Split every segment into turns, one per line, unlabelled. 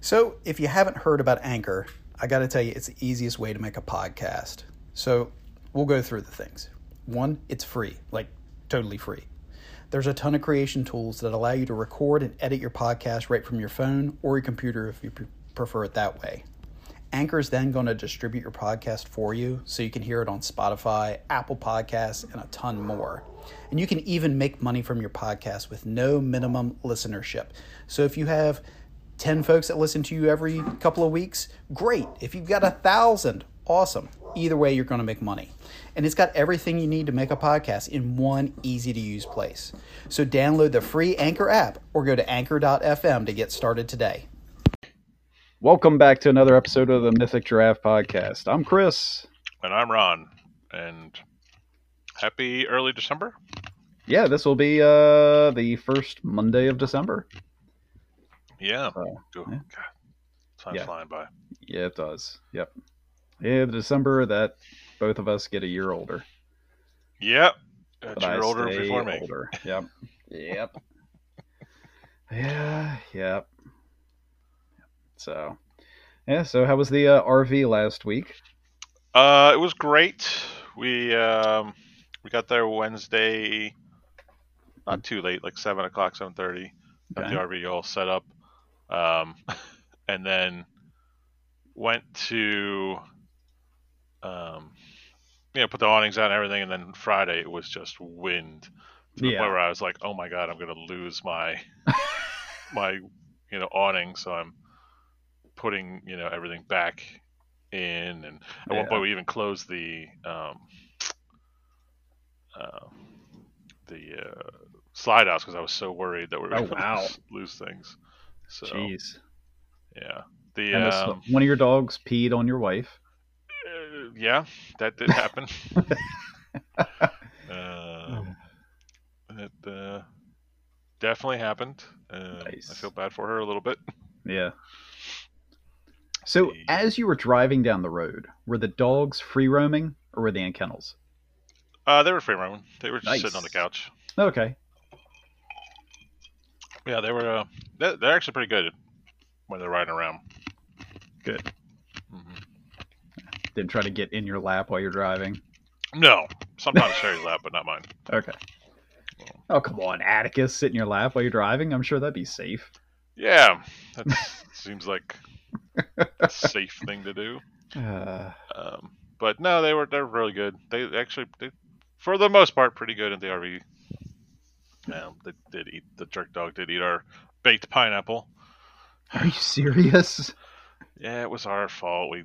So, if you haven't heard about Anchor, I got to tell you, it's the easiest way to make a podcast. So, we'll go through the things. One, it's free, like totally free. There's a ton of creation tools that allow you to record and edit your podcast right from your phone or your computer if you pre- prefer it that way. Anchor is then going to distribute your podcast for you so you can hear it on Spotify, Apple Podcasts, and a ton more. And you can even make money from your podcast with no minimum listenership. So if you have 10 folks that listen to you every couple of weeks, great. If you've got a thousand, awesome. Either way, you're going to make money. And it's got everything you need to make a podcast in one easy to use place. So download the free Anchor app or go to anchor.fm to get started today.
Welcome back to another episode of the Mythic Giraffe Podcast. I'm Chris.
And I'm Ron. And happy early December.
Yeah, this will be uh, the first Monday of December.
Yeah.
So,
Go-
Oh, yeah.
God. Time's
Yeah.
flying by.
Yeah, it does. Yep. Yeah, December that both of us get a year older.
Yep. That's
But I
you're older
stay
before me.
Older. Yep. yep. Yeah. Yep. So, yeah. So, how was the uh, RV last week?
Uh, it was great. We um, we got there Wednesday, not too late, like seven o'clock, seven thirty. Got
Okay.
the RV all set up, um, and then went to um, you know put the awnings out and everything. And then Friday it was just wind to the
Yeah.
point where I was like, oh my god, I'm gonna lose my my you know awning. So I'm putting you know everything back in and at one
Yeah.
point we even closed the um, uh, the uh, slide outs because I was so worried that we were
Oh,
going to
wow.
lose things. So
Jeez.
yeah,
And
the
this-
um,
one of your dogs peed on your wife.
uh, yeah that did happen.
Hmm.
um, it uh, definitely happened. Um I
Nice.
feel bad for her a little bit.
Yeah. So,
The-
as you were driving down the road, were the dogs free roaming or were they in kennels?
Uh, they were free roaming. They were just sitting on the
Nice.
couch.
Okay.
Yeah, they were. Uh, they're, they're actually pretty good when they're riding around.
Good.
hmm
Didn't try to get in your lap while you're driving.
No, sometimes Sherry's lap, but not mine.
Okay. Oh, come on, Atticus, sit in your lap while you're driving. I'm sure that'd be safe.
Yeah, that seems like a safe thing to do.
Uh,
Um, but no, they were they're really good. They actually, they, for the most part, pretty good in the RV. Um, they did eat the jerk dog. Did eat our baked pineapple.
are you serious?
Yeah, it was our fault. We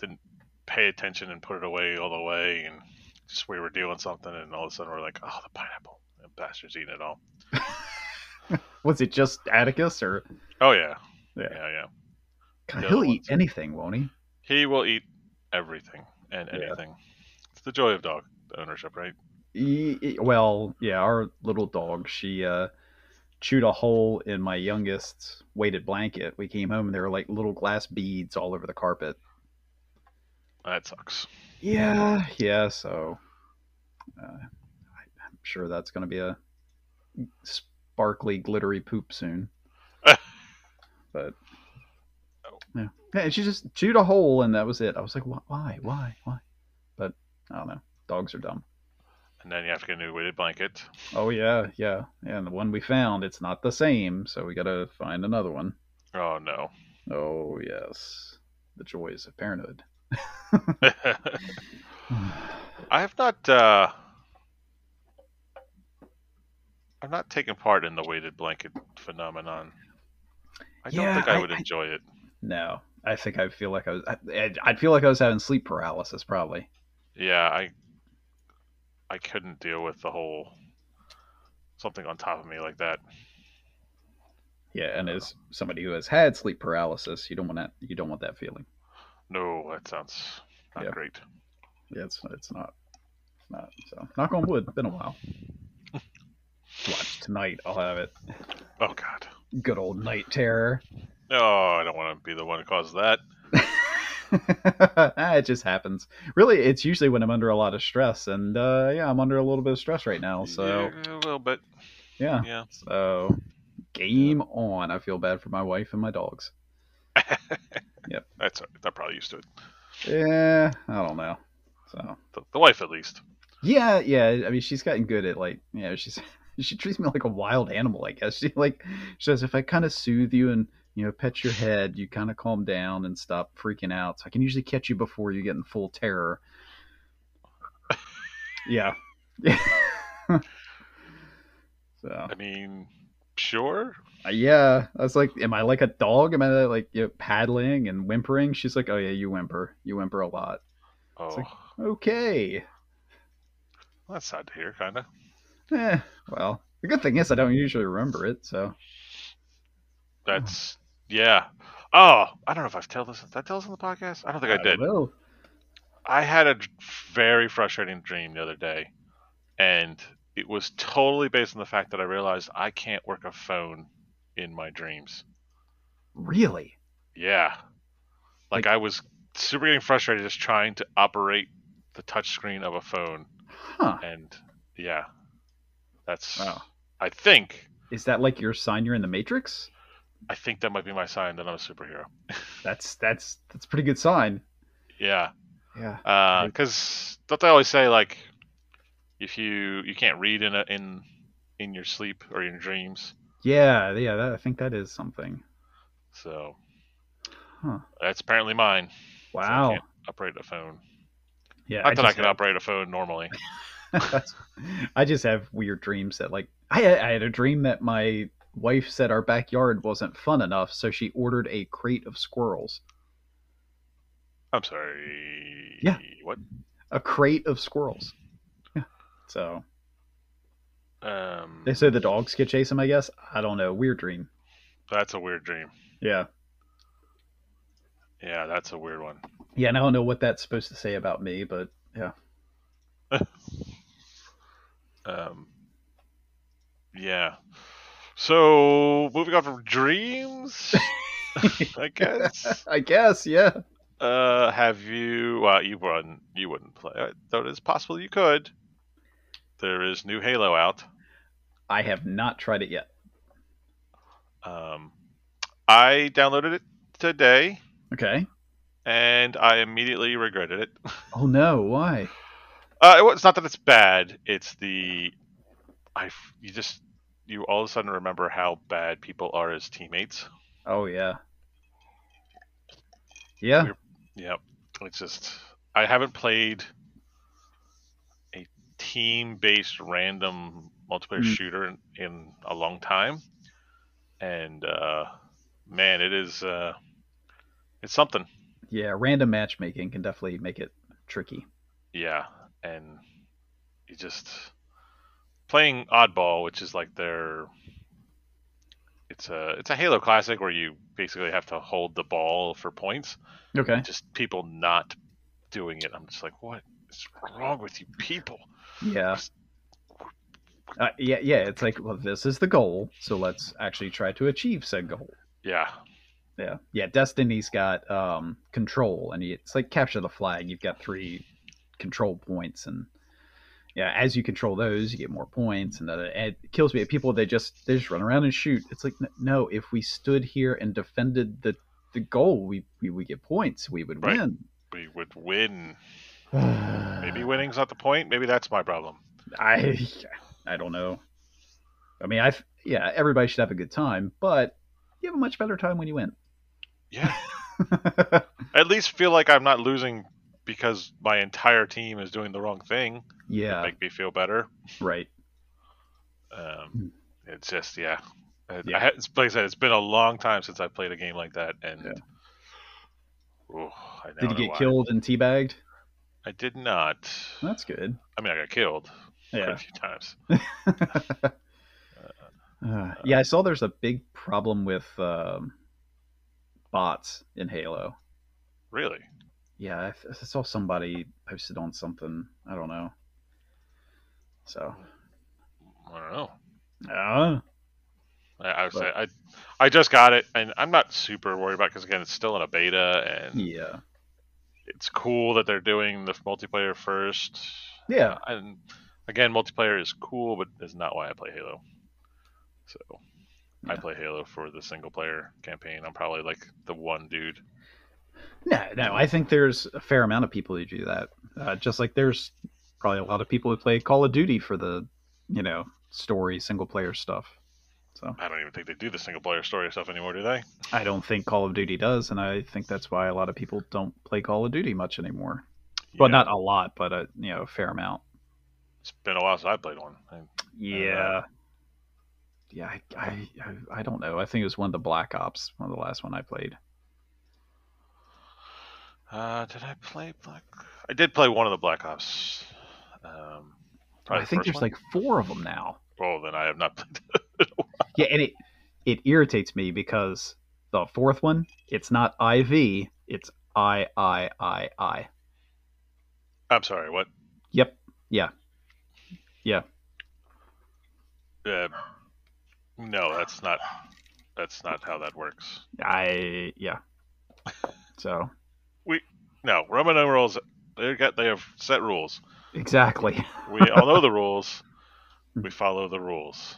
didn't pay attention and put it away all the way, and just we were doing something, and all of a sudden we're like, oh, the pineapple. And bastard's eating it all.
Was it just Atticus or?
Oh yeah,
Yeah.
yeah, yeah.
God,
The
he'll
other
eat
ones.
anything, won't he?
He will eat everything and
Yeah.
anything. It's the joy of dog ownership, right?
E- e- well, yeah, our little dog, she uh, chewed a hole in my youngest's weighted blanket. We came home and there were like little glass beads all over the carpet.
That sucks.
Yeah, yeah. So uh, I, I'm sure that's going to be a sparkly, glittery poop soon. but yeah, yeah. and She just chewed a hole, and that was it. I was like, "Wh- why, why, why? But I don't know. Dogs are dumb.
And then you have to get a new weighted blanket.
Oh yeah, yeah. And the one we found, it's not the same, so we got to find another one.
Oh no.
Oh yes, the joys of parenthood.
I have not. Uh, I've not taken part in the weighted blanket phenomenon. I don't
Yeah,
think I,
I-
would
I-
enjoy it.
no, I think I feel like I was. I, I'd feel like I was having sleep paralysis, probably.
Yeah, I. I couldn't deal with the whole something on top of me like that.
Yeah, and as somebody who has had sleep paralysis, you don't want that. You don't want that feeling.
No, that sounds not
Yeah.
great.
Yeah, it's it's not, it's not. So knock on wood. Been a while. Watch tonight. I'll have it.
Oh God.
Good old night terror.
No, I don't want to be the one who causes that.
Ah, it just happens. Really, it's usually when I'm under a lot of stress, and uh, yeah, I'm under a little bit of stress right now. So
Yeah, a little bit.
yeah.
Yeah.
So game on. I feel bad for my wife and my dogs. Yep.
That's that probably used to it.
Yeah, Eh, I don't know. So
The, the wife, at least.
yeah, yeah. I mean, she's gotten good at like, you know, she's she treats me like a wild animal. I guess she like she says if I kind of soothe you and you know pet your head, you kind of calm down and stop freaking out. So I can usually catch you before you get in full terror. yeah. so
I mean, sure.
Uh, yeah i was like am i like a dog am i like you know, paddling and whimpering she's like oh yeah you whimper you whimper a lot
Oh,
like- okay
well, Oh, that's sad to hear, kind of.
eh, well the good thing is i don't usually remember it so
That's yeah. Oh, I don't know if I've told this. Did I tell this on the podcast? I don't think I, did.
don't know.
I had a very frustrating dream the other day, and it was totally based on the fact that I realized I can't work a phone in my dreams.
really
Yeah. Like,
Like-
I was super getting frustrated just trying to operate the touchscreen of a phone.
huh
And yeah, that's,
wow
I think,
is that like your sign you're in the matrix
I think that might be my sign that I'm a superhero.
that's that's that's a pretty good sign
Yeah.
yeah Right.
because don't they always say like if you you can't read in a, in in your sleep or your dreams
yeah yeah that, i think that is something
so
Huh.
that's apparently mine so I
wow
can't operate a phone
yeah
not that i
just
can
had-
operate a phone normally
That's- I just have weird dreams that like I I had a dream that my wife said our backyard wasn't fun enough, so she ordered a crate of squirrels.
i'm sorry
Yeah.
what
A crate of squirrels. Yeah. So
um
they say the dogs could chase them. I guess I don't know. Weird dream.
that's a weird dream
Yeah.
yeah that's a weird one
Yeah. And I don't know what that's supposed to say about me, but yeah.
um yeah so moving on from dreams i guess
I guess yeah.
Uh, have you? Well, you wouldn't. You wouldn't play. uh, Though it's possible you could. There is new Halo out.
I have not tried it yet.
Um, I downloaded it today,
Okay.
and I immediately regretted it.
Oh no. Why?
Uh, it- it's not that it's bad. It's the I. f- You just you all of a sudden remember how bad people are as teammates.
Oh yeah. Yeah.
Yep. It's just I haven't played a team-based random multiplayer
Mm.
shooter in, in a long time, and uh, man, it is uh, it's something.
Yeah. Random matchmaking can definitely make it tricky.
Yeah, and you just playing oddball, which is like their it's a it's a Halo classic where you basically have to hold the ball for points.
Okay.
just people not doing it. I'm just like, what is wrong with you people?
Yeah. Uh, yeah, yeah. It's like, well, this is the goal, so let's actually try to achieve said goal.
Yeah,
Yeah, yeah. Destiny's got um control, and it's like capture the flag. You've got three control points, and yeah, as you control those, you get more points, and that it kills me. People they just they just run around and shoot. It's like n- no, if we stood here and defended the the goal, we we would get points. We would
Right.
win.
we would win. Maybe
Maybe
winning's not the point. Maybe that's my problem.
I I don't know. I mean, I yeah, everybody should have a good time, but you have a much better time when you win.
Yeah, at least feel like I'm not losing because my entire team is doing the wrong thing.
yeah,
Make me feel better.
right.
Um, it's just yeah. I- I
Hmm. Yeah.
had- it's- like I said, it's been a long time since I played a game like that, and Ooh, I now
Did you
know
get
why.
killed and teabagged?
I did not.
That's good.
I mean, I got killed quite a
Yeah.
few times.
Uh, yeah, I saw there's a big problem with um, bots in Halo.
Really?
Yeah, I, I saw somebody posted on something. I don't know. So,
I don't know.
uh,
I, I would
But-
say I, I just got it, and I'm not super worried about because again, it's still in a beta, and
yeah,
it's cool that they're doing the multiplayer first.
yeah,
and again, multiplayer is cool, but that's not why I play Halo. So I play Halo for the single player campaign. I'm probably like the one dude.
No, no, I think there's a fair amount of people who do that. Uh, just like there's probably a lot of people who play Call of Duty for the, you know, story single player stuff. So
I don't even think they do the single player story stuff anymore, do they?
I don't think Call of Duty does, and I think that's why a lot of people don't play Call of Duty much anymore. Well,
Yeah.
not a lot, but a you know a fair amount.
It's been a while since I played one. I-
Yeah. Uh, Yeah, I, I I- I don't know. I think it was one of the Black Ops, one of the last one I played.
Uh, did I play Black? I did play one of the Black Ops. Um, probably
I think
the
there's
first
like four of them now.
one. Oh, then I have not played.
Yeah, and it it irritates me because the fourth one, it's not IV, it's I I I I.
I'm sorry. What?
Yep. Yeah. Yeah.
Uh, no, that's not. That's not how that works.
I yeah. So
No, Roman numerals. They got. They have set rules.
exactly.
We all know the rules. We follow the rules.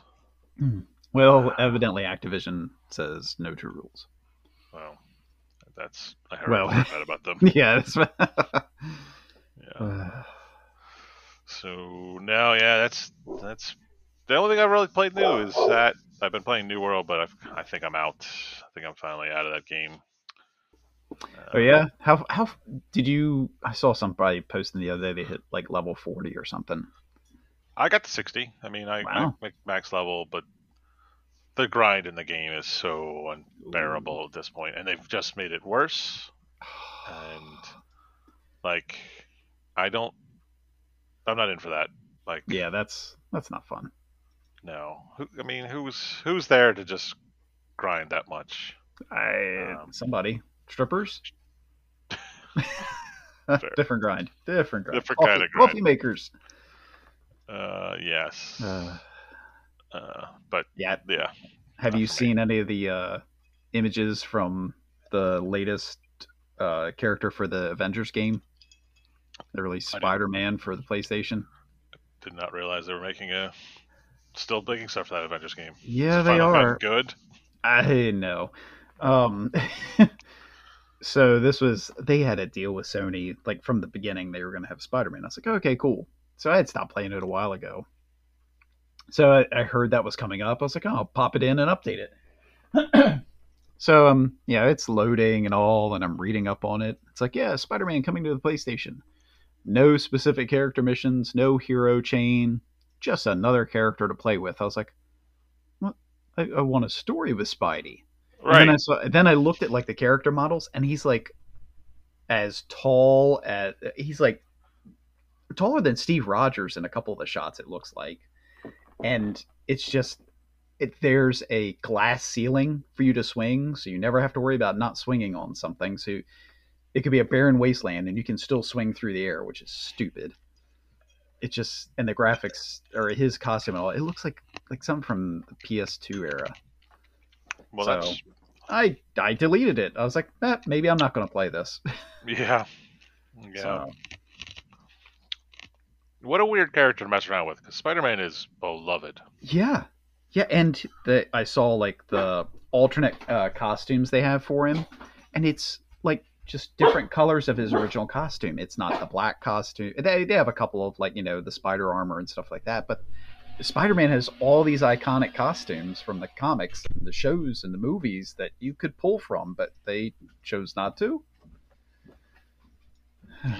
Well, evidently Activision says no to rules.
Well, that's. I heard
Well.
that about them.
Yeah. That's...
Yeah.
Uh,
So no, yeah, that's that's the only thing I've really played new is that I've been playing New World, but I've, I think I'm out. I think I'm finally out of that game.
Oh yeah, how how did you? I saw somebody posting the other day they hit like level forty or something.
I got to sixty. I mean, I,
Wow.
I make max level, but the grind in the game is so unbearable at this point, and they've just made it worse. And like, I don't. I'm not in for that. Like,
Yeah, that's that's not fun.
no. Who, I mean, who's who's there to just grind that much?
I
Um,
somebody strippers.
Fair.
different grind, different grind,
Different
Coffee-
kinda grind.
coffee makers.
Uh, yes.
Uh,
Uh, but
yeah,
yeah,
have
not
you
for me.
seen any of the uh, images from the latest uh, character for the Avengers game? They released
I don't-
Spider Man for the PlayStation.
did not realize they were making a still making stuff for that Avengers game.
Yeah, they
Final Cut
are.
good.
I know. Um, so this was they had a deal with Sony like from the beginning they were going to have Spider Man. I was like, okay, cool. So I had stopped playing it a while ago. So I, I heard that was coming up. I was like, oh, I'll pop it in and update it. so um, yeah, it's loading and all, and I'm reading up on it. It's like, yeah, Spider Man coming to the PlayStation. No specific character missions, no hero chain, just another character to play with. I was like, what? I, I want a story with Spidey. And
Right.
then I saw. Then I looked at like the character models, and he's like as tall as he's like taller than Steve Rogers in a couple of the shots. It looks like, and it's just it, there's a glass ceiling for you to swing, so you never have to worry about not swinging on something. So it could be a barren wasteland, and you can still swing through the air, which is stupid. It just and the graphics or his costume and all. It looks like like something from the PS2 era.
well,
so-
that's
I I deleted it. I was like, eh, maybe I'm not going to play this.
yeah, yeah.
So,
What a weird character to mess around with because Spider-Man is beloved.
yeah, yeah, and the I saw like the alternate uh, costumes they have for him, and it's like just different colors of his original costume. It's not the black costume. They they have a couple of like you know the spider armor and stuff like that, but. Spider-Man has all these iconic costumes from the comics, and the shows, and the movies that you could pull from, but they chose not to.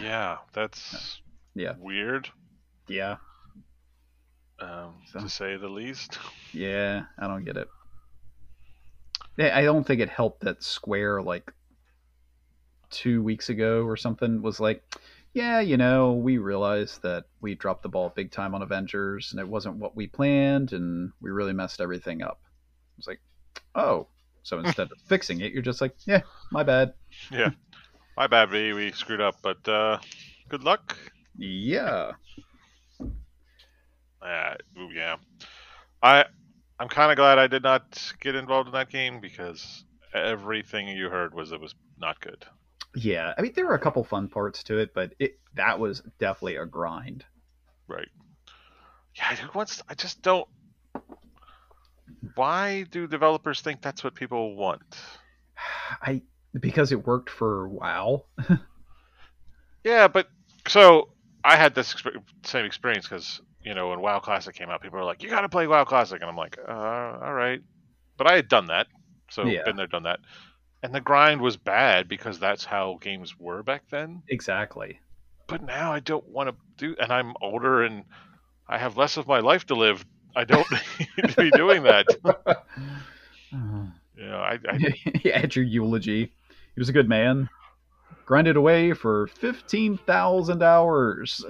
yeah, that's
Yeah.
weird,
Yeah,
um,
So-
to say the least.
Yeah, I don't get it. Yeah, I don't think it helped that Square like two weeks ago or something was like, yeah, you know, we realized that we dropped the ball big time on Avengers and it wasn't what we planned and we really messed everything up. It's like, oh, so instead of fixing it, you're just like, yeah, my bad.
My bad, B. We screwed up, but uh, good luck.
Yeah.
Uh, ooh, yeah, I I'm kind of glad I did not get involved in that game because everything you heard was it was not good.
Yeah. I mean, there were a couple fun parts to it, but it that was definitely a grind.
Right. Yeah, I just, once, I just don't. why do developers think that's what people want?
I because it worked for WoW.
Yeah, but so I had this exp- same experience because you know when WoW Classic came out, people were like, "You got to play WoW Classic," and I'm like, uh, "All right," but I had done that, so
Yeah.
been there, done that, and the grind was bad because that's how games were back then.
exactly.
But now I don't want to do, and I'm older and I have less of my life to live. I don't need to be doing that. You know, I, I
At your eulogy, he was a good man. Grinded away for fifteen thousand hours.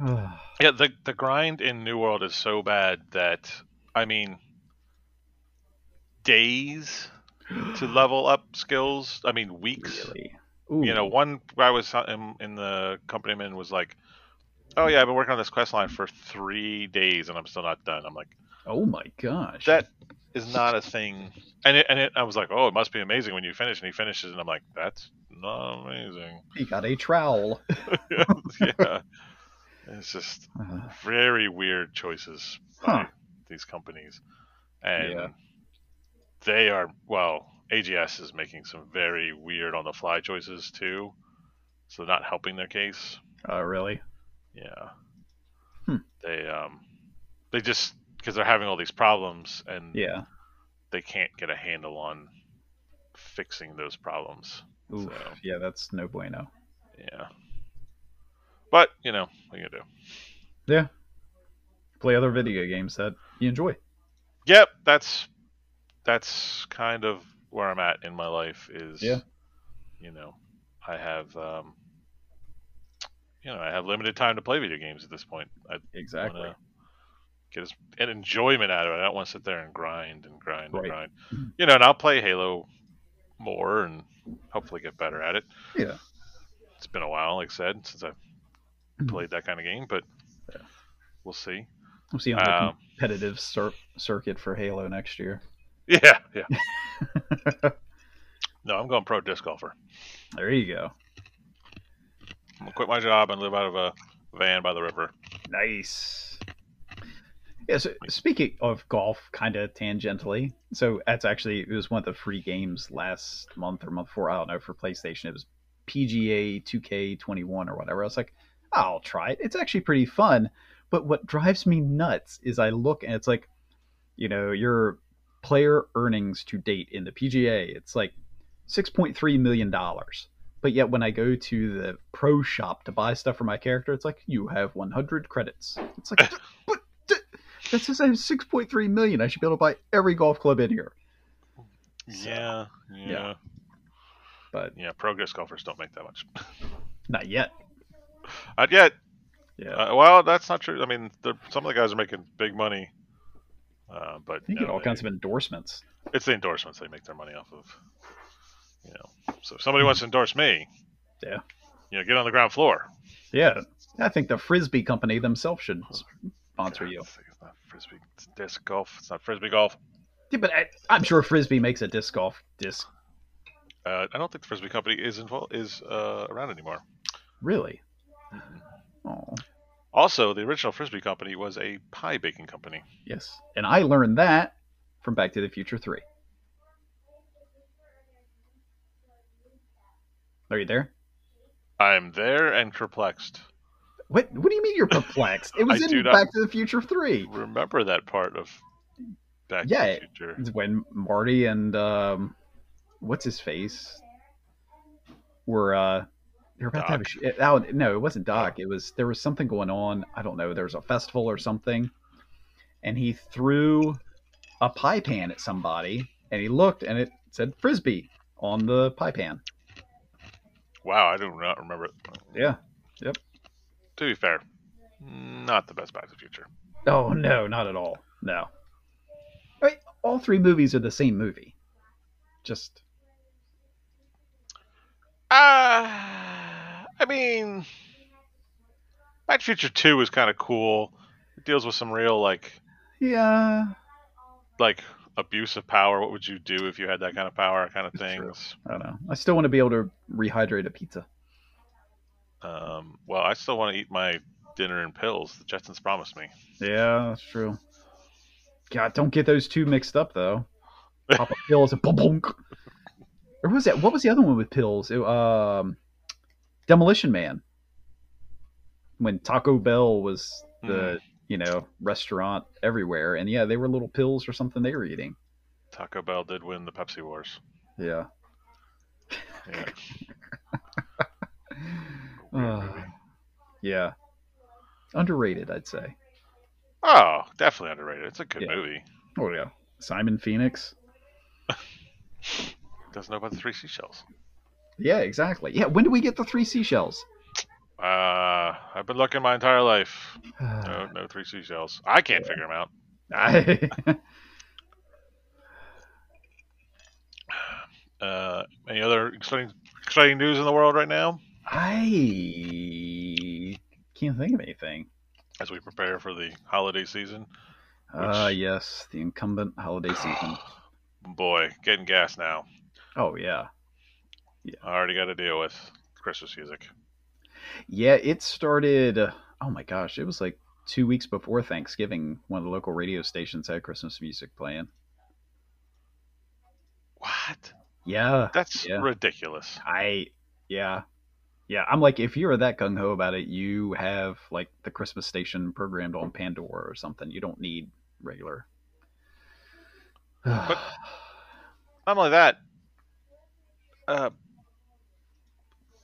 Yeah, the the grind in New World is so bad that I mean days to level up skills. I mean weeks.
really? Ooh,
You know, one guy was in, in the company man was like, "Oh yeah, I've been working on this quest line for three days and I'm still not done." I'm like,
Oh my gosh.
"That is not a thing." And it, and it, I was like, "Oh, it must be amazing when you finish." And he finishes, and I'm like, "That's not amazing."
he got a trowel.
yeah, it's just
Uh,
very weird choices
Huh.
by these companies, and
Yeah.
they are well. AGS is making some very weird on the fly choices too, so not helping their case.
uh, really?
Yeah,
Hmm.
they um, they just because they're having all these problems and
Yeah.
they can't get a handle on fixing those problems.
Oof.
So.
Yeah, that's no bueno.
Yeah, but you know what are you gonna do.
Play other video games that you enjoy.
yep that's that's kind of where i'm at in my life is
Yeah.
you know i have um you know i have limited time to play video games at this point i
Exactly.
want to get as, an enjoyment out of it i don't want to sit there and grind and grind
Right.
and grind
Mhm.
you know and i'll play halo more and hopefully get better at it
Yeah.
it's been a while like i said since i've
Mhm.
played that kind of game but
Yeah.
we'll see
We'll see on the
Um,
competitive cir- circuit for Halo next year.
yeah yeah no i'm going pro disc golfer
There you go.
I'm gonna quit my job and live out of a van by the river.
Nice. Yeah, so speaking of golf, kind of tangentially, so that's actually it was one of the free games last month or month before. I don't know for PlayStation. It was PGA 2K21 or whatever. I was like, I'll try it. It's actually pretty fun. But what drives me nuts is I look and it's like, you know, your player earnings to date in the PGA, it's like six point three million dollars. But yet, when I go to the pro shop to buy stuff for my character, it's like you have 100 credits. It's like, but th- that says I have 6.3 million. I should be able to buy every golf club in here. So,
yeah, yeah, yeah,
but
Pro disc golfers don't make that much.
not yet.
Not yet.
Yeah,
Uh, well, that's not true. I mean, the- some of the guys are making big money, uh, but
I think
no,
get all
they-
kinds of endorsements.
it's the endorsements they make their money off of. You know, so if somebody wants to endorse me,
Yeah.
you know, get on the ground floor.
Yeah, I think the frisbee company themselves should s- sponsor you.
It's not frisbee. It's disc golf. It's not frisbee golf.
Yeah, but I, I'm sure frisbee makes a disc golf disc.
Uh, I don't think the frisbee company is involved is uh, around anymore.
Really? Oh,
Also, the original frisbee company was a pie baking company.
yes. And I learned that from Back to the Future Three. Are you there?
I'm there and perplexed.
What What do you mean you're perplexed? It was
I do
in
not-
Back to the Future Three.
remember that part of Back
Yeah.
to the Future.
It's when Marty and um, what's his face were uh, they were about to have a
Doc.
sh- oh, no, it wasn't Doc. It was there was something going on. I don't know. There was a festival or something, and he threw a pie pan at somebody, and he looked, and it said frisbee on the pie pan.
Wow, I do not remember. it.
Yeah.
To be fair, not the best Back to the Future.
Oh no, not at all. No. I mean, all three movies are the same movie. Just
Uh, I mean, Back to the Future Two is kind of cool. It deals with some real like
yeah.
like abuse of power. What would you do if you had that kind of power? Kind of
It's true.
things.
I don't know. I still want to be able to rehydrate a pizza.
Um, well, I still want to eat my dinner and pills. The Jetsons promised me.
Yeah, that's true. God, don't get those two mixed up though. Pop up pills and boom boom. Or was that? What was the other one with pills? It, um, Demolition Man. When Taco Bell was the you know restaurant everywhere, and yeah, they were little pills or something they were eating.
Taco Bell did win the Pepsi Wars.
Yeah.
Yeah.
Uh, yeah. Underrated, I'd say.
oh, definitely underrated. It's a good
Yeah.
movie.
Oh yeah, Simon Phoenix.
Doesn't know about the three seashells.
Yeah, exactly. Yeah, when do we get the three seashells?
Uh, I've been looking my entire life. No, no three seashells. I can't figure them out.
I-
Uh, any other exciting, exciting news in the world right now
I can't think of anything.
as we prepare for the holiday season?
Ah,
Which-
yes, the incumbent holiday season.
Boy, getting gas now.
Oh yeah,
I already got to deal with Christmas music.
yeah. It started. uh, Oh my gosh, it was like two weeks before Thanksgiving. One of the local radio stations had Christmas music playing.
What?
Yeah,
That's
Yeah.
ridiculous.
I. Yeah, yeah. I'm like, if you are that gung ho about it, you have like the Christmas station programmed on Pandora or something. You don't need regular.
But- Not only that, uh,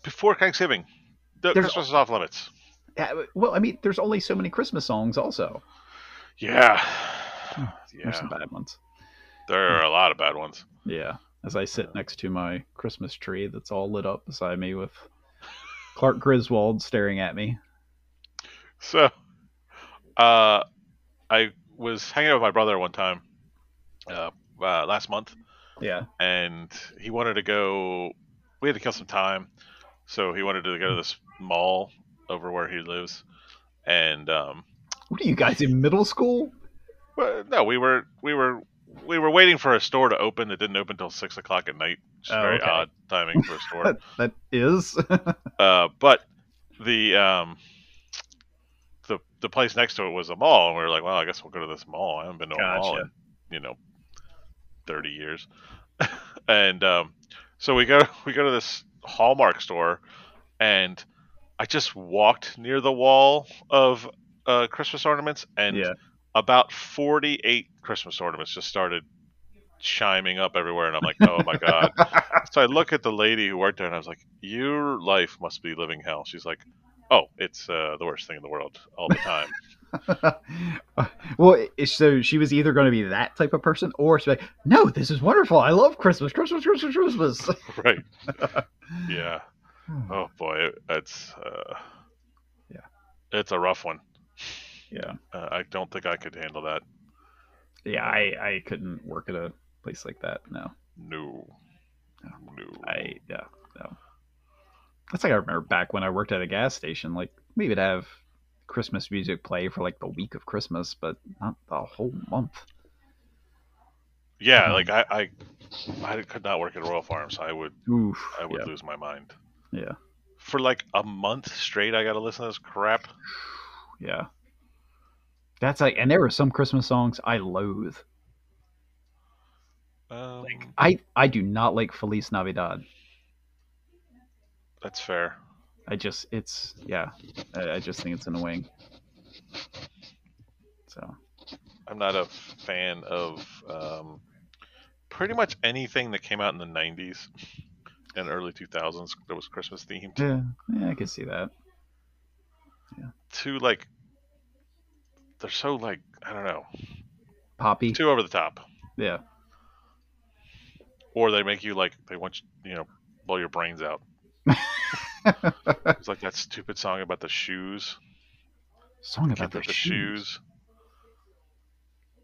before Thanksgiving, the
There's-
Christmas is off limits.
Yeah, well, I mean, there's only so many Christmas songs. Also,
Yeah.
there's
Yeah.
some bad ones.
There are a lot of bad ones.
Yeah. As I sit next to my Christmas tree that's all lit up beside me with Clark Griswold staring at me.
So, uh, I was hanging out with my brother one time uh, uh, last month,
Yeah.
and he wanted to go. We had to kill some time, so he wanted to go to this mall over where he lives, and um,
What are you guys in middle school?
well, no, we were we were we were waiting for a store to open that didn't open until six o'clock at night. It's
Oh,
very
okay.
odd timing for a store.
That, that is.
Uh, but the um, the the place next to it was a mall, and we were like, "Well, I guess we'll go to this mall." I haven't been to a mall
Gotcha.
in you know thirty years, and um, so we go we go to this Hallmark store, and I just walked near the wall of uh, Christmas ornaments, and
Yeah.
about forty eight Christmas ornaments just started chiming up everywhere, and I'm like, "Oh my god!" so I look at the lady who worked there, and I was like, "Your life must be living hell." She's like, "Oh, it's uh, the worst thing in the world all the time."
well, i- so she was either going to be that type of person or she's like, no, this is wonderful. I love Christmas, Christmas, Christmas, Christmas.
right? Yeah. Oh boy, it- it's uh,
Yeah.
it's a rough one.
Yeah.
Uh, I don't think I could handle that.
Yeah. I, I couldn't work at a place like that. No.
No, no.
I yeah, no. That's like I remember back when I worked at a gas station. Like we would have Christmas music play for like the week of Christmas, but not the whole month. Mm.
yeah, like I, I, I could not work at Royal Farms. I would,
Oof.
I would
yeah.
lose my mind.
Yeah.
For like a month straight, I got to listen to this crap.
yeah. That's like, and there were some Christmas songs I loathe.
Um,
I I do not like Feliz Navidad.
that's fair.
I just it's yeah. I, I just think it's annoying. So
I'm not a fan of um, pretty much anything that came out in the 90s and early 2000s that was Christmas themed.
yeah, yeah, I can see that.
Too like they're so like I don't know,
Poppy.
too over the top,
Yeah.
or they make you like they want you you know blow your brains out. it's like that stupid song about the shoes.
Song
Kid
about the,
with the shoes.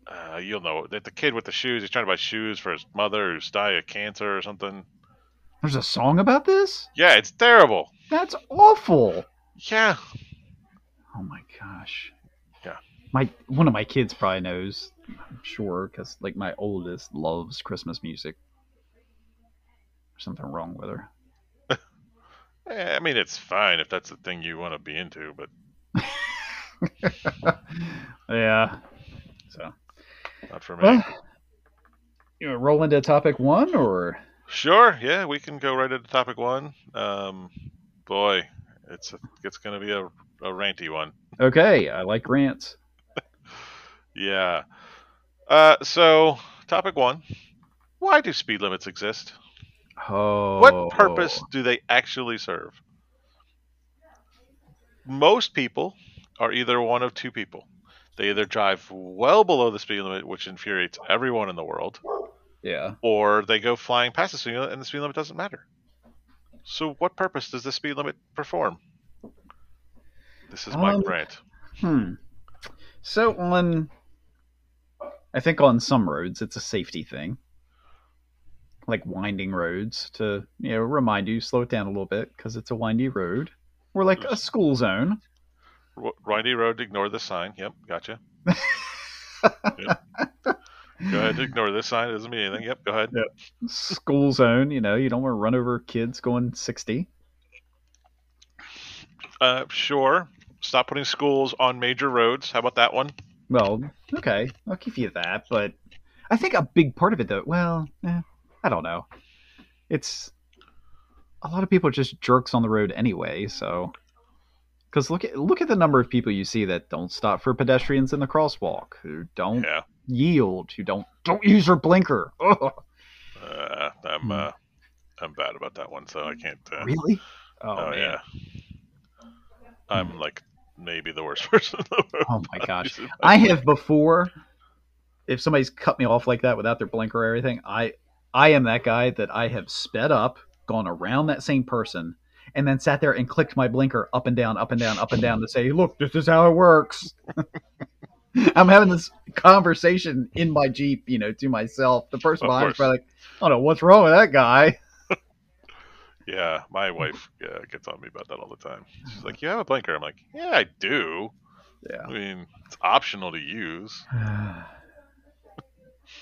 Uh, you'll know that the kid with the shoes. He's trying to buy shoes for his mother who's dying of cancer or something.
There's a song about this?
Yeah, it's terrible.
That's awful.
Yeah,
Oh my gosh.
Yeah.
My one of my kids probably knows, I'm sure, because like my oldest loves Christmas music. There's something wrong with her.
Eh, I mean, it's fine if that's the thing you want to be into, but
yeah. So
Not for me.
Well, you wanna roll into topic one, or
Sure. Yeah, we can go right into topic one. Um, boy, it's a, it's going to be a, a ranty one.
okay, I like rants.
Yeah. Uh, so topic one: Why do speed limits exist?
Oh,
What purpose do they actually serve? Most people are either one of two people. They either drive well below the speed limit, which infuriates everyone in the world,
Yeah,
or they go flying past the speed limit and the speed limit doesn't matter. So, what purpose does the speed limit perform? This is my
Um,
rant.
Hmm. So on, I think on some roads it's a safety thing, like winding roads to you know remind you slow it down a little bit because it's a windy road, or like a school zone.
R- Windy Road, ignore this sign. Yep, gotcha. Go ahead, ignore this sign. It doesn't mean anything. Yep, go ahead.
school zone. You know you don't want to run over kids going sixty.
Uh, sure. Stop putting schools on major roads. How about that one?
Well, okay, I'll give you that, but I think a big part of it though. Well, eh, I don't know. It's a lot of people are just jerks on the road anyway, so because look at look at the number of people you see that don't stop for pedestrians in the crosswalk, who don't
Yeah.
yield, who don't don't use your blinker. Ugh,
Uh, I'm
Hmm.
uh, I'm bad about that one, so I can't. Uh,
really? Oh,
oh
man.
yeah. I'm like maybe the worst person. in the world.
Oh my gosh. I have before. If somebody's cut me off like that without their blinker or everything, I I am that guy that I have sped up, gone around that same person, and then sat there and clicked my blinker up and down, up and down, up and down to say, "Look, this is how it works." I'm having this conversation in my jeep, you know, to myself. The person
Of
behind me is
course.
probably like, "I don't know what's wrong with that guy."
Yeah, my wife yeah gets on me about that all the time. She's like, "You have a blinker." I'm like, "Yeah, I do.
Yeah.
I mean, it's optional to use.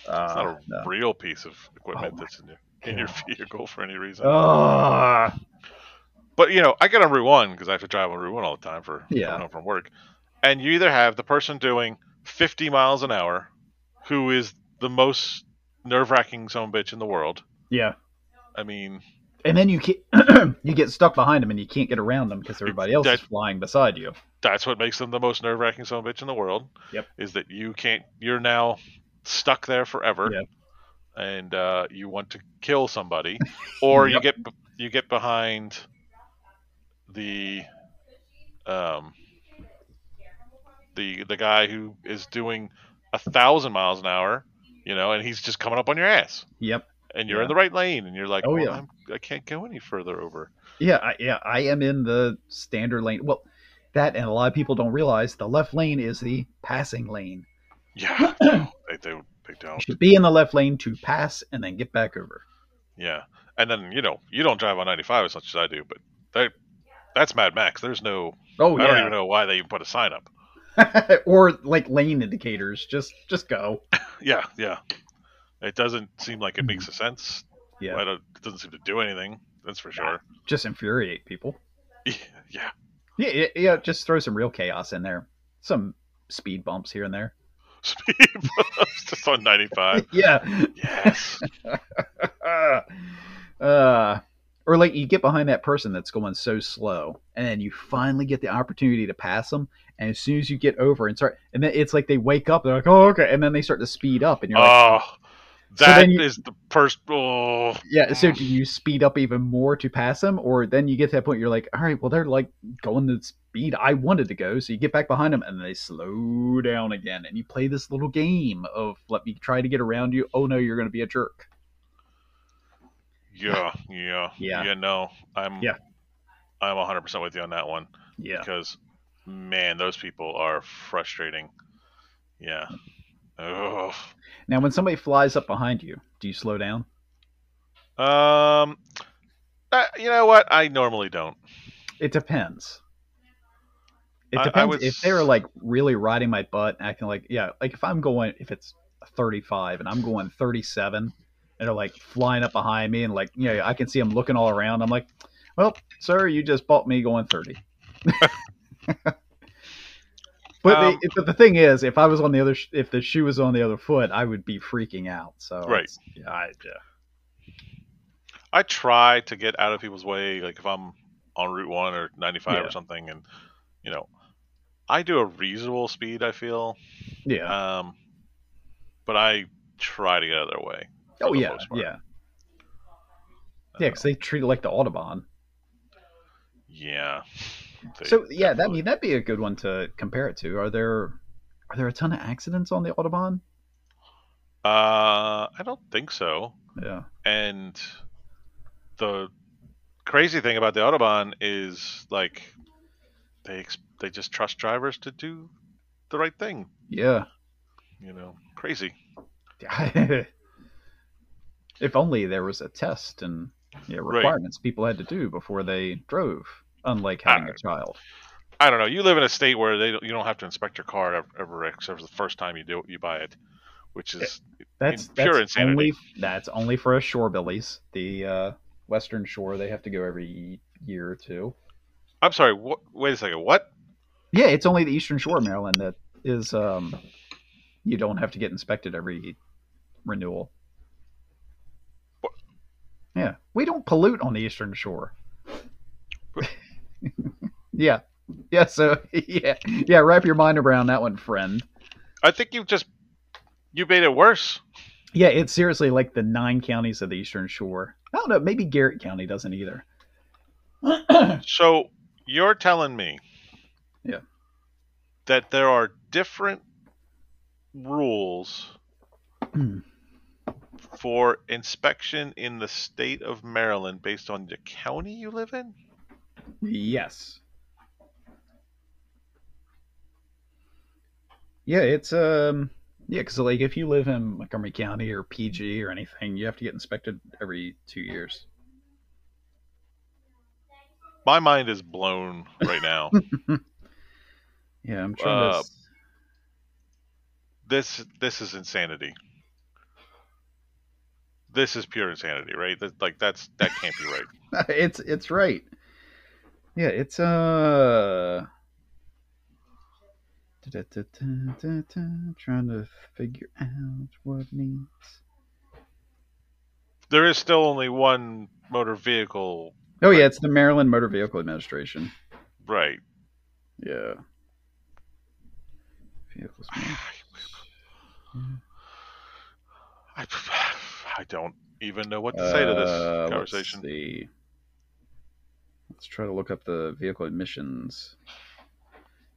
It's not a
Uh, no.
real piece of equipment
Oh my
that's in your in your
God.
vehicle for any reason."
Ah.
But you know, I get on Route One because I have to drive on Route One all the time for
Yeah.
coming home from work. And you either have the person doing 50 miles an hour, who is the most nerve-wracking son of a bitch in the world.
yeah.
I mean,
and then you can you get stuck behind them and you can't get around them because everybody else is
That-
flying beside you.
that's what makes them the most nerve-wracking son of a bitch in the world.
Yep.
Is that you can't? You're now stuck there forever,
Yep.
and uh, you want to kill somebody, or
Yep.
you get b- you get behind the um the the guy who is doing a thousand miles an hour, you know, and he's just coming up on your ass,
Yep.
and you're
Yeah.
in the right lane, and you're like,
Oh,
well,
yeah.
I'm, I can't go any further over.
Yeah. I, yeah. I am in the standard lane. Well, that and a lot of people don't realize the left lane is the passing lane.
Yeah, no, they, they they
You
don't.
should be in the left lane to pass and then get back over.
Yeah, and then you know you don't drive on 95 as much as I do, but they, that's Mad Max. There's no
Oh
I don't
yeah.
even know why they even put a sign up.
or like lane indicators. Just just go.
Yeah, yeah. It doesn't seem like it makes a sense.
Mm-hmm. Yeah.
I don't, it doesn't seem to do anything. That's for sure.
Just infuriate people.
Yeah,
Yeah. Yeah. yeah just throw some real chaos in there. Some speed bumps here and there.
speed bumps just on
Uh,
95.
yeah.
Yes.
uh, or like you get behind that person that's going so slow, and then you finally get the opportunity to pass them. And as soon as you get over and start, and then it's like they wake up, they're like, "Oh, okay," and then they start to speed up, and you're like,
Oh,
So
that is
then you-
the first. Oh,
"Yeah." So do you speed up even more to pass them, or then you get to that point, you're like, "All right, well, they're like going the speed I wanted to go," so you get back behind them, and they slow down again, and you play this little game of let me try to get around you. Oh no, you're going to be a jerk.
yeah, yeah,
Yeah.
Yeah, no, I'm.
Yeah.
I'm 100 percent with you on that one
Yeah.
because, man, those people are frustrating. Yeah. Oh.
Now, when somebody flies up behind you, do you slow down?
Um. uh, you know what? I normally don't.
It depends. It
I- I
depends
would
if they're
s-
like really riding my butt, acting like yeah, like if I'm going if it's 35 and I'm going 37, and they're like flying up behind me and like you know I can see them looking all around. I'm like, well, sir, you just bought me going 30. But,
Um,
the, but the thing is, if I was on the other, sh- if the shoe was on the other foot, I would be freaking out. So
Right.
it's- Yeah, I, yeah.
I try to get out of people's way, like if I'm on Route One or 95
Yeah.
or something, and you know, I do a reasonable speed. I feel,
Yeah.
um, but I try to get out of their way.
oh
for the
yeah,
most part. Uh,
yeah, yeah. Because they treat it like the Audubon.
Yeah. They
so yeah, that I
definitely-
mean that'd be a good one to compare it to. Are there are there a ton of accidents on the Audubon?
Uh, I don't think so.
Yeah.
And the crazy thing about the autobahn is like they ex- they just trust drivers to do the right thing.
Yeah.
You know, crazy.
if only there was a test and yeah,
Right.
requirements people had to do before they drove, unlike having a child.
I don't know. You live in a state where they don't, you don't have to inspect your car ever, ever except for the first time you do you buy it, which is
That's,
pure
that's
insanity.
Only, that's only for us shore billies. The uh, western shore, they have to go every year or two.
I'm sorry. What? Wait a second. What?
Yeah, it's only the eastern shore, of Maryland, that is. Um, you don't have to get inspected every renewal.
What?
Yeah, we don't pollute on the eastern shore. yeah, yeah. So yeah, yeah. Wrap your mind around that one, friend.
I think you've just you made it worse.
Yeah, it's seriously like the nine counties of the eastern shore. I don't know. Maybe Garrett County doesn't either.
So you're telling me,
Yeah.
that there are different rules
Hmm.
for inspection in the state of Maryland based on the county you live in.
Yes. Yeah, it's um yeah, because like if you live in Montgomery County or PG or anything, you have to get inspected every two years.
My mind is blown right now.
Yeah, I'm trying to.
Uh,
s-
this this is insanity. This is pure insanity, right? That, like that's that can't be right.
it's it's right. Yeah, it's uh. da-da-da-da-da-da, Trying to figure out what needs.
There is still only one motor vehicle,
Oh yeah, it's the Maryland Motor Vehicle Administration.
right?
Yeah. Vehicles.
I, I don't even know what to say to
Uh,
this
let's
conversation.
see. Let's try to look up the vehicle admissions.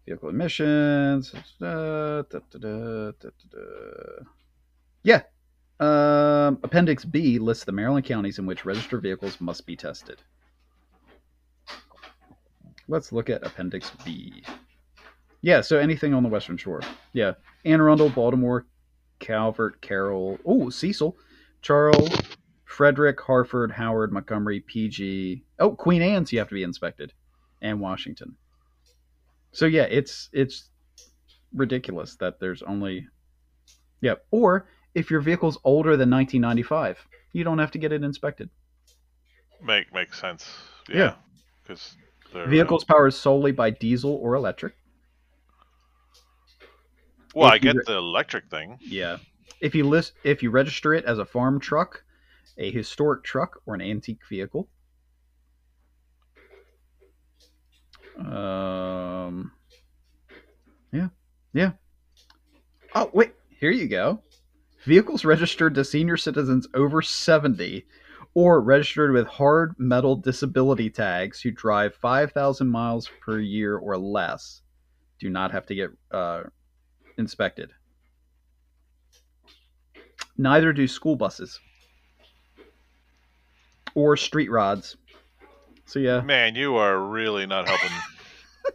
Vehicle admissions. da, da, da, da, da, da. Yeah. Um, Appendix B lists the Maryland counties in which registered vehicles must be tested. Let's look at Appendix B. Yeah, so anything on the Western Shore. Yeah. Anne Arundel, Baltimore, Calvert, Carroll. Oh, Cecil. Charles, Frederick, Harford, Howard, Montgomery, PG. Oh, Queen Anne's you have to be inspected, and Washington. So yeah, it's it's ridiculous that there's only. Yep. Or if your vehicle's older than 1995, you don't have to get it inspected.
Make makes sense.
Yeah.
Yeah, because they're
Vehicles powered solely by diesel or electric.
Well, I
if you
get
re-
the electric thing.
Yeah. If you list if you register it as a farm truck, a historic truck, or an antique vehicle. Um Yeah. Yeah. Oh wait, here you go. Vehicles registered to senior citizens over 70 or registered with hard metal disability tags who drive 5,000 miles per year or less do not have to get uh, inspected. Neither do school buses or street rods. So yeah,
Man, you are really not helping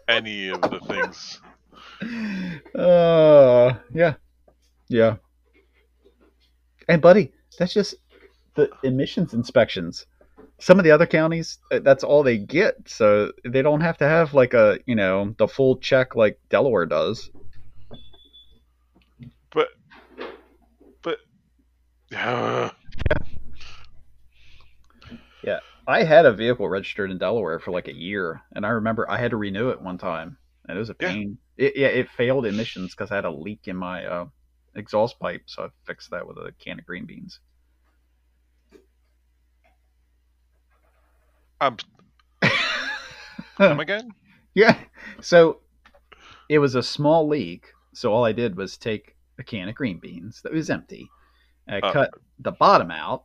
any of the things.
uh, yeah, yeah. And buddy, that's just the emissions inspections. Some of the other counties, uh, that's all they get, so they don't have to have like a you know the full check like Delaware does.
But, but, Ugh.
I had a vehicle registered in Delaware for like a year, and I remember I had to renew it one time, and it was a
Yeah.
pain. It, yeah, it failed emissions because I had a leak in my uh, exhaust pipe, so I fixed that with a can of green beans.
Um, come again?
Yeah. So it was a small leak. So all I did was take a can of green beans that was empty. And I
Oh.
cut the bottom out.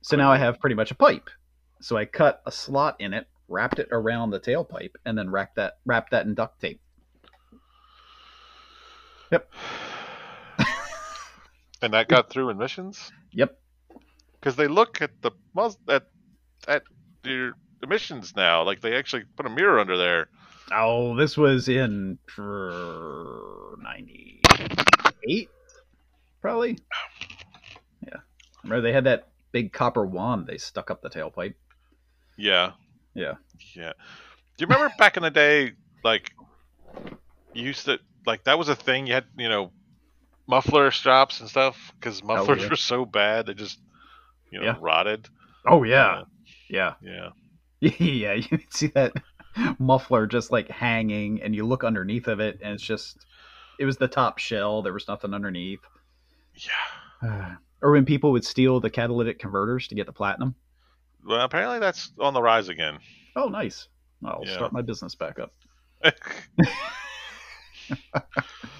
So now I have pretty much a pipe. So I cut a slot in it, wrapped it around the tailpipe, and then wrapped that wrapped that in duct tape.
And that got through emissions
Yep.
because they look at the mus- at at your emissions now. Like they actually put a mirror under there.
Oh, this was in ninety eight, probably. Yeah. Remember they had that big copper wand they stuck up the tailpipe.
Yeah.
Yeah.
Yeah. Do you remember back in the day, like you used to like that was a thing you had, you know, muffler stops and stuff because mufflers
yeah.
were so bad they just you know
Yeah.
rotted.
Oh Yeah.
Yeah.
yeah, you can see that muffler just like hanging, and you look underneath of it, and it's just it was the top shell. There was nothing underneath.
Yeah.
or when people would steal the catalytic converters to get the platinum.
Well, apparently that's on the rise again.
Oh, nice. I'll
Yeah.
start my business back up.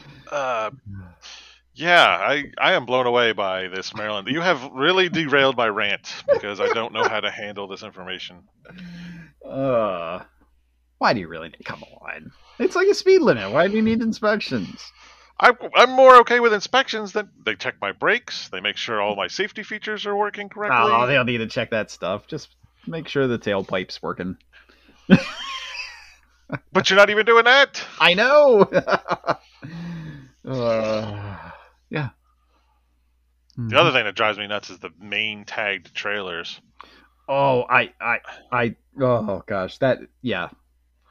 uh, yeah, I, I am blown away by this, Maryland. You have really derailed my rant because I don't know how to handle this information.
Uh, why do you really need? Come on, it's like a speed limit. Why do you need inspections?
I, I'm more okay with inspections than they check my brakes. They make sure all my safety features are working correctly.
Oh, they don't need to check that stuff. Just make sure the tailpipe's working.
But you're not even doing that.
I know. Uh, yeah. Hmm.
The other thing that drives me nuts is the main tagged trailers.
Oh, I, I, I. Oh gosh, that yeah,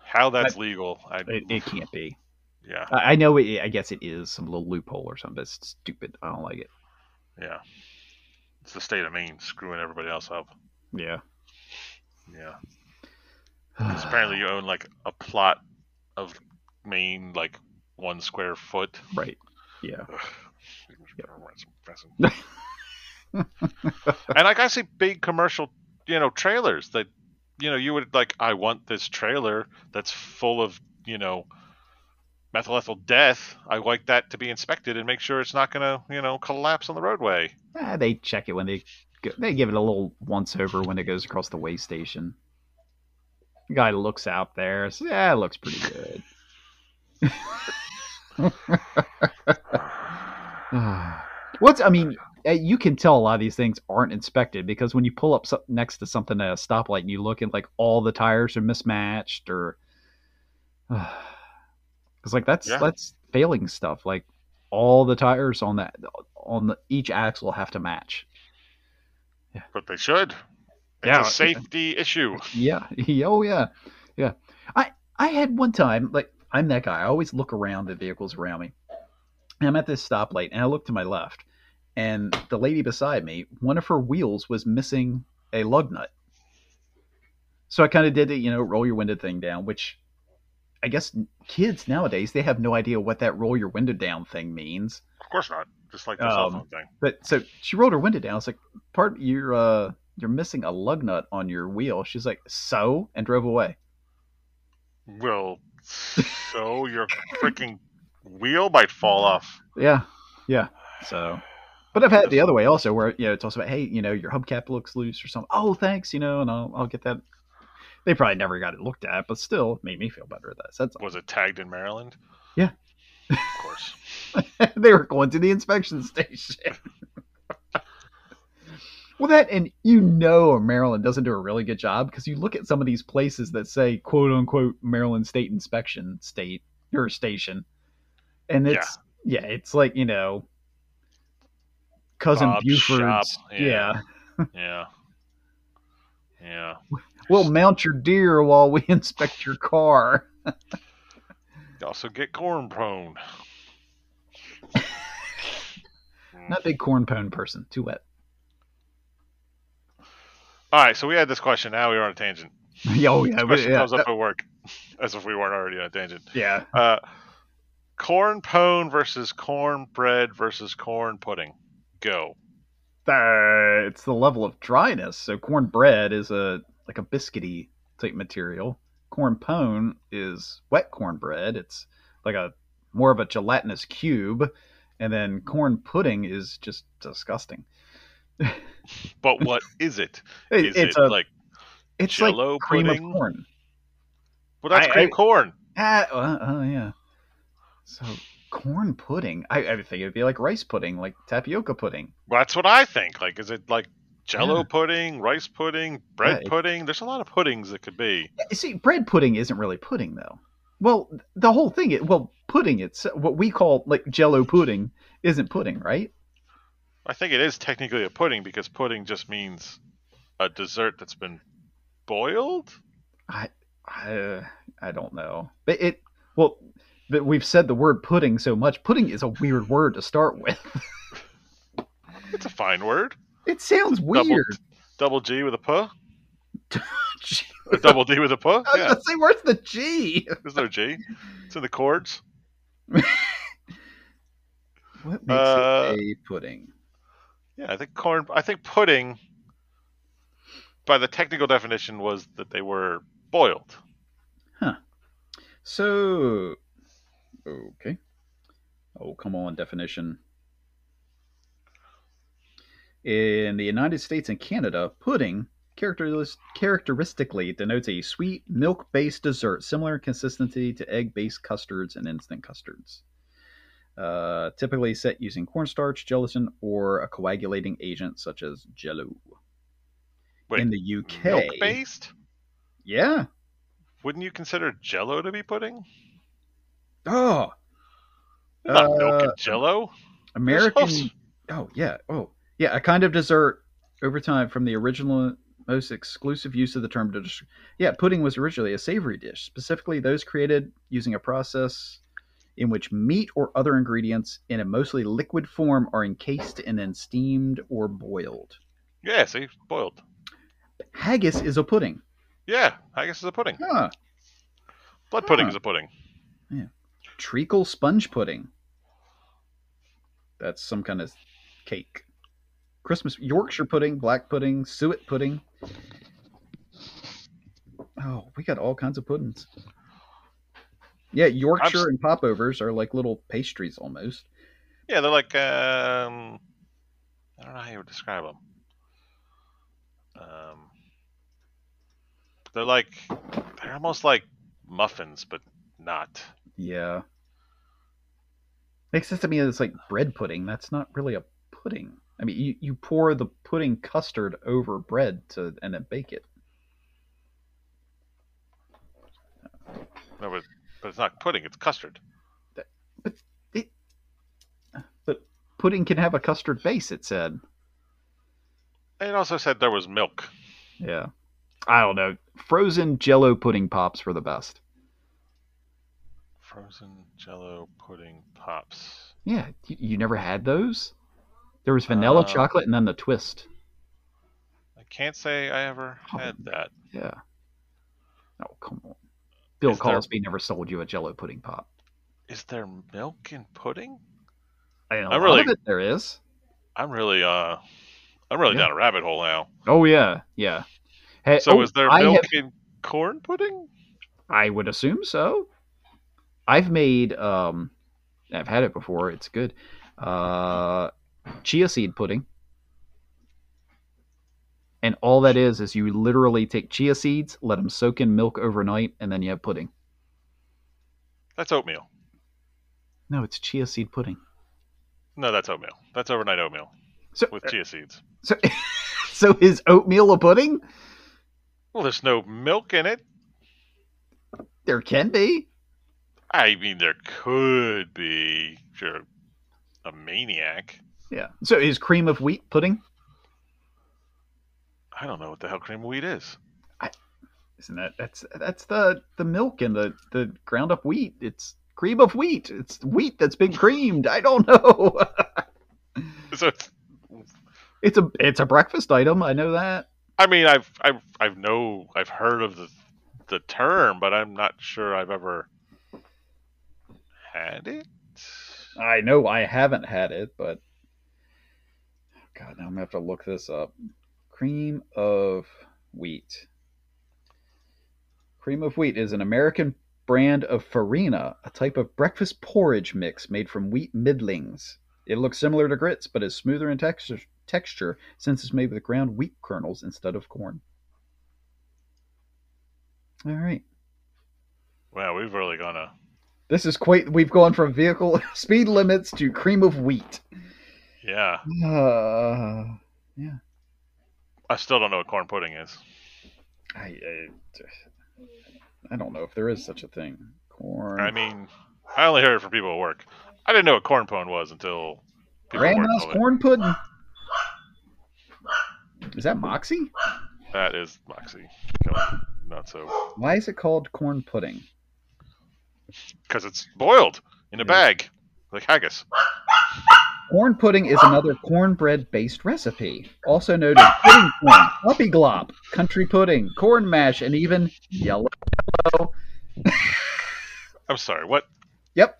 How that's legal, I
it, it can't be.
yeah
I, I know. It, I guess it is some little loophole or something. but It's stupid. I don't like it.
yeah. It's the state of Maine screwing everybody else up.
Yeah.
Yeah.
Ah.
'Cause apparently you own like a plot of Maine, like one square foot.
right. Yeah.
Ugh. and like I see big commercial, you know, trailers that, you know, you would like. I want this trailer that's full of, you know, methyl ethyl death. I like that to be inspected and make sure it's not gonna, you know, collapse on the roadway.
Ah, they check it when they go, they give it a little once over when it goes across the way station. The guy looks out there. Says, yeah, it looks pretty good. What's I mean, uh, you can tell a lot of these things aren't inspected because when you pull up so- next to something at a stoplight and you look and like all the tires are mismatched or it's like that's
Yeah.
that's failing stuff. Like all the tires on that on the, each axle have to match.
But they should. It's
Yeah.
a safety issue.
Yeah. Yeah, Oh yeah. Yeah. I I had one time like I'm that guy. I always look around at vehicles around me. And I'm at this stoplight and I look to my left and the lady beside me, one of her wheels was missing a lug nut. So I kind of did the, you know, roll your window thing down, which I guess kids nowadays they have no idea what that roll your window down thing means.
Of course not. Just like the cell
Um,
phone thing.
But so she rolled her window down. It's like, "Part you're uh you're missing a lug nut on your wheel." She's like, "So," and drove away.
Well, so your freaking wheel might fall off.
Yeah, yeah. So, but I've had it the other way also, where you know it's also about, "Hey, you know, your hubcap looks loose or something." Oh, thanks, you know, and I'll I'll get that. They probably never got it looked at, but still it made me feel better. That's that's all.
Was it tagged in Maryland?
Yeah.
Of course.
they were going to the inspection station. well, that and you know Maryland doesn't do a really good job because you look at some of these places that say "quote unquote" Maryland State Inspection State or Station, and
Yeah.
it's yeah, it's like you know, cousin
Bob's
Buford's
shop,
yeah.
yeah. Yeah. Yeah.
we'll mount your deer while we inspect your car.
You also get corn prone.
Not a big corn pone person, too wet.
All right, so we had this question. Now we are on a tangent.
oh yeah,
This
we-
question
yeah,
comes up at work, as if we weren't already on a tangent.
yeah.
Uh, corn pone versus cornbread versus corn pudding. Go.
Uh, it's the level of dryness. So cornbread is a like a biscuity type material. Corn pone is wet cornbread. It's like a more of a gelatinous cube, and then corn pudding is just disgusting.
But what is it?
It-
Is
it's
it
a-
like
It's
Jell-O
like cream
pudding?
of corn.
well that's
I-
cream
I-
corn.
Ah, uh, oh yeah. So corn pudding. I, I would think it'd be like rice pudding, like tapioca pudding.
Well, that's what I think. Like is it like jello
Yeah.
pudding, rice pudding, bread
Yeah, it-
pudding? There's a lot of puddings that could be.
You See, bread pudding isn't really pudding though. Well, the whole thing. It, well, pudding. It's what we call like Jello pudding isn't pudding, right?
I think it is technically a pudding because pudding just means a dessert that's been boiled.
I, I don't know, but it. Well, but we've said the word pudding so much. Pudding is a weird word to start with.
It's a fine word.
It sounds
Double,
weird.
double G with a puh.
Gee,
Or double D with a puh.
I was
Yeah,
gonna say, where's the G?
there's no G. It's in the chords.
What makes
Uh,
it a pudding?
Yeah, I think corn. I think pudding, by the technical definition, was that they were boiled.
So, okay. Oh, come on, definition. In the United States and Canada, pudding characteris- characteristically denotes a sweet, milk based dessert similar in consistency to egg based custards and instant custards. Uh, typically set using cornstarch, gelatin, or a coagulating agent such as jello.
Wait,
in the UK.
Milk based?
Yeah.
Wouldn't you consider Jello to be pudding?
Oh.
Not milk
Uh,
and Jello. There's also-
American. Oh yeah. Oh yeah. A kind of dessert over time from the original most exclusive use of the term. To des- yeah, pudding was originally a savory dish, specifically those created using a process in which meat or other ingredients in a mostly liquid form are encased and then steamed or boiled.
Yeah, see, boiled.
Haggis is a pudding.
Yeah, I guess it's a pudding.
Huh.
Blood pudding
Huh.
is a pudding.
Treacle sponge pudding. That's some kind of cake. Christmas Yorkshire pudding, black pudding, suet pudding. Oh, we got all kinds of puddings. Yeah, Yorkshire
s-
and popovers are like little pastries almost.
Yeah, they're like um, I don't know how you would describe them. Um, they're like they're almost like muffins, but not.
Yeah. Makes sense to me that it's like bread pudding. That's not really a pudding. I mean, you, you pour the pudding custard over bread to and then bake it.
No, but, but it's not pudding; it's custard.
Pudding can have a custard base, it said.
It also said there was milk.
Yeah. I don't know. Frozen jello pudding pops were the best.
Frozen Jello pudding pops.
Yeah. You, you never had those? There was vanilla
Uh,
chocolate and then the twist.
I can't say I ever
Oh,
had that.
Yeah. Oh, come on. Bill
Is there-
Cosby never sold you a jello pudding pop.
Is there milk in pudding?
I mean, a
I
lot
really-
of it there is.
I'm really uh, I'm really
Yeah.
down a rabbit hole now.
Oh, yeah. Yeah. Hey,
So
oh,
is there
I,
milk
have-
in corn pudding?
I would assume so. I've made, um, I've had it before. It's good. Uh, chia seed pudding. And all that is is you literally take chia seeds, let them soak in milk overnight, and then you have pudding.
That's oatmeal.
No, it's chia seed pudding.
No, that's oatmeal. That's overnight oatmeal
So,
with chia seeds.
so, so is oatmeal a pudding?
Well, there's no milk in it.
There can be.
I mean, there could be. if You're a maniac.
Yeah. So is cream of wheat pudding?
I don't know what the hell cream of wheat is.
Isn't that that's that's the the milk and the the ground up wheat? It's cream of wheat. It's wheat that's been creamed. I don't know.
So it's
it's a it's a breakfast item. I know that.
I mean, I've I've I've know I've heard of the the term, but I'm not sure I've ever had it?
I know I haven't had it, but God, now I'm gonna have to look this up. Cream of wheat. Cream of wheat is an American brand of farina, a type of breakfast porridge mix made from wheat middlings. It looks similar to grits, but is smoother in texture, texture since it's made with ground wheat kernels instead of corn. All right.
Wow, we've really gone a
This is quite. We've gone from vehicle speed limits to cream of wheat.
yeah.
Uh,
I still don't know what corn pudding is.
I, I, I don't know if there is such a thing. Corn.
I mean, I only heard it from people at work. I didn't know what corn pone was until people at work
grandma's
told me.
corn pudding. Is that Moxie?
That is Moxie. Going not so
Why is it called corn pudding?
because it's boiled in a
Yeah.
bag like haggis.
Corn pudding is another cornbread-based recipe, also known as pudding corn, puppy glop, country pudding, corn mash, and even yellow
I'm sorry. What?
Yep.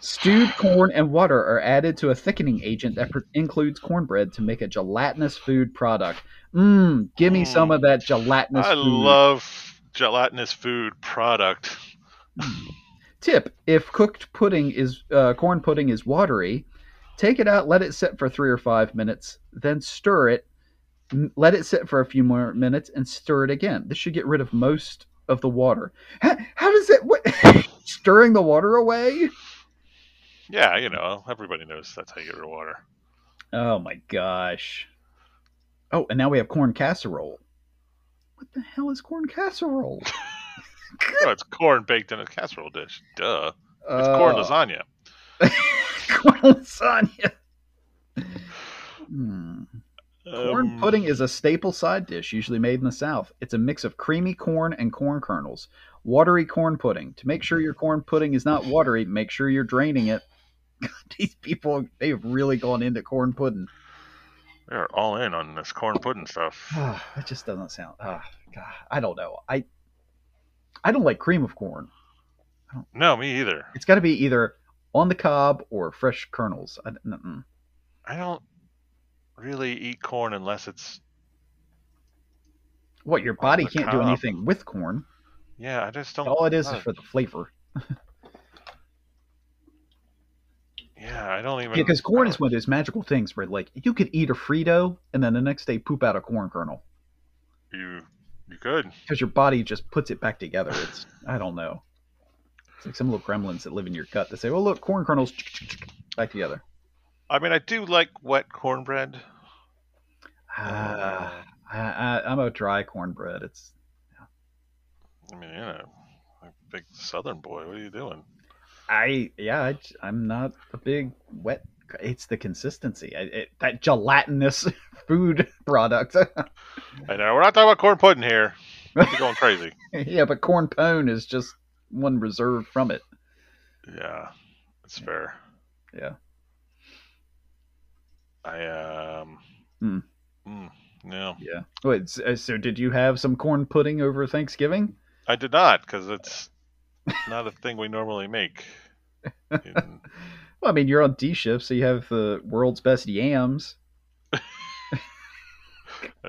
Stewed corn and water are added to a thickening agent that pr- includes cornbread to make a gelatinous food product. Mmm, give me
Mm.
some of that gelatinous
I
food.
love gelatinous food product.
Tip: If cooked pudding is uh, corn pudding is watery, take it out, let it sit for three or five minutes, then stir it. m- Let it sit for a few more minutes and stir it again. This should get rid of most of the water. How, how does it? What, stirring the water away?
Yeah, you know, everybody knows that's how you get rid of water.
Oh my gosh. Oh, and now we have corn casserole. What the hell is corn casserole?
Oh, it's corn baked in a casserole dish. Duh. It's
Uh,
corn lasagna.
corn lasagna. Hmm. Corn
Um,
pudding is a staple side dish usually made in the South. It's a mix of creamy corn and corn kernels. Watery corn pudding. To make sure your corn pudding is not watery, make sure you're draining it. God, these people, they have really gone into corn pudding.
We are all in on this corn pudding stuff.
Ah, that just doesn't sound. ah, God, I don't know. I I don't like cream of corn.
No, me either.
It's got to be either on the cob or fresh kernels. I, mm-mm.
I don't really eat corn unless it's.
what your body
the
can't do
cob.
anything with corn.
Yeah, I just don't.
All it is is
not-
for the flavor.
Yeah, I don't even.
Yeah, because corn is one of those magical things where like you could eat a Frito and then the next day poop out a corn kernel
You, you could.
because your body just puts it back together. It's I don't know. It's like some little gremlins that live in your gut that say, "Oh look, corn kernels back together."
I mean, I do like wet cornbread. Um,
Ah, I, I, I'm a dry cornbread. It's
I mean, you know, a big southern boy. What are you doing?
I yeah, I, I'm not a big wet. It's the consistency, I, it, that gelatinous food product.
I know we're not talking about corn pudding here. You're going crazy.
yeah, but corn pone is just one reserved from it.
Yeah, it's fair.
Yeah.
I um.
Hmm.
Mm, no,
Wait, so, uh, so did you have some corn pudding over Thanksgiving?
I did not because it's not a thing we normally make. In,
Well, I mean, you're on D shift, so you have the world's best yams.
that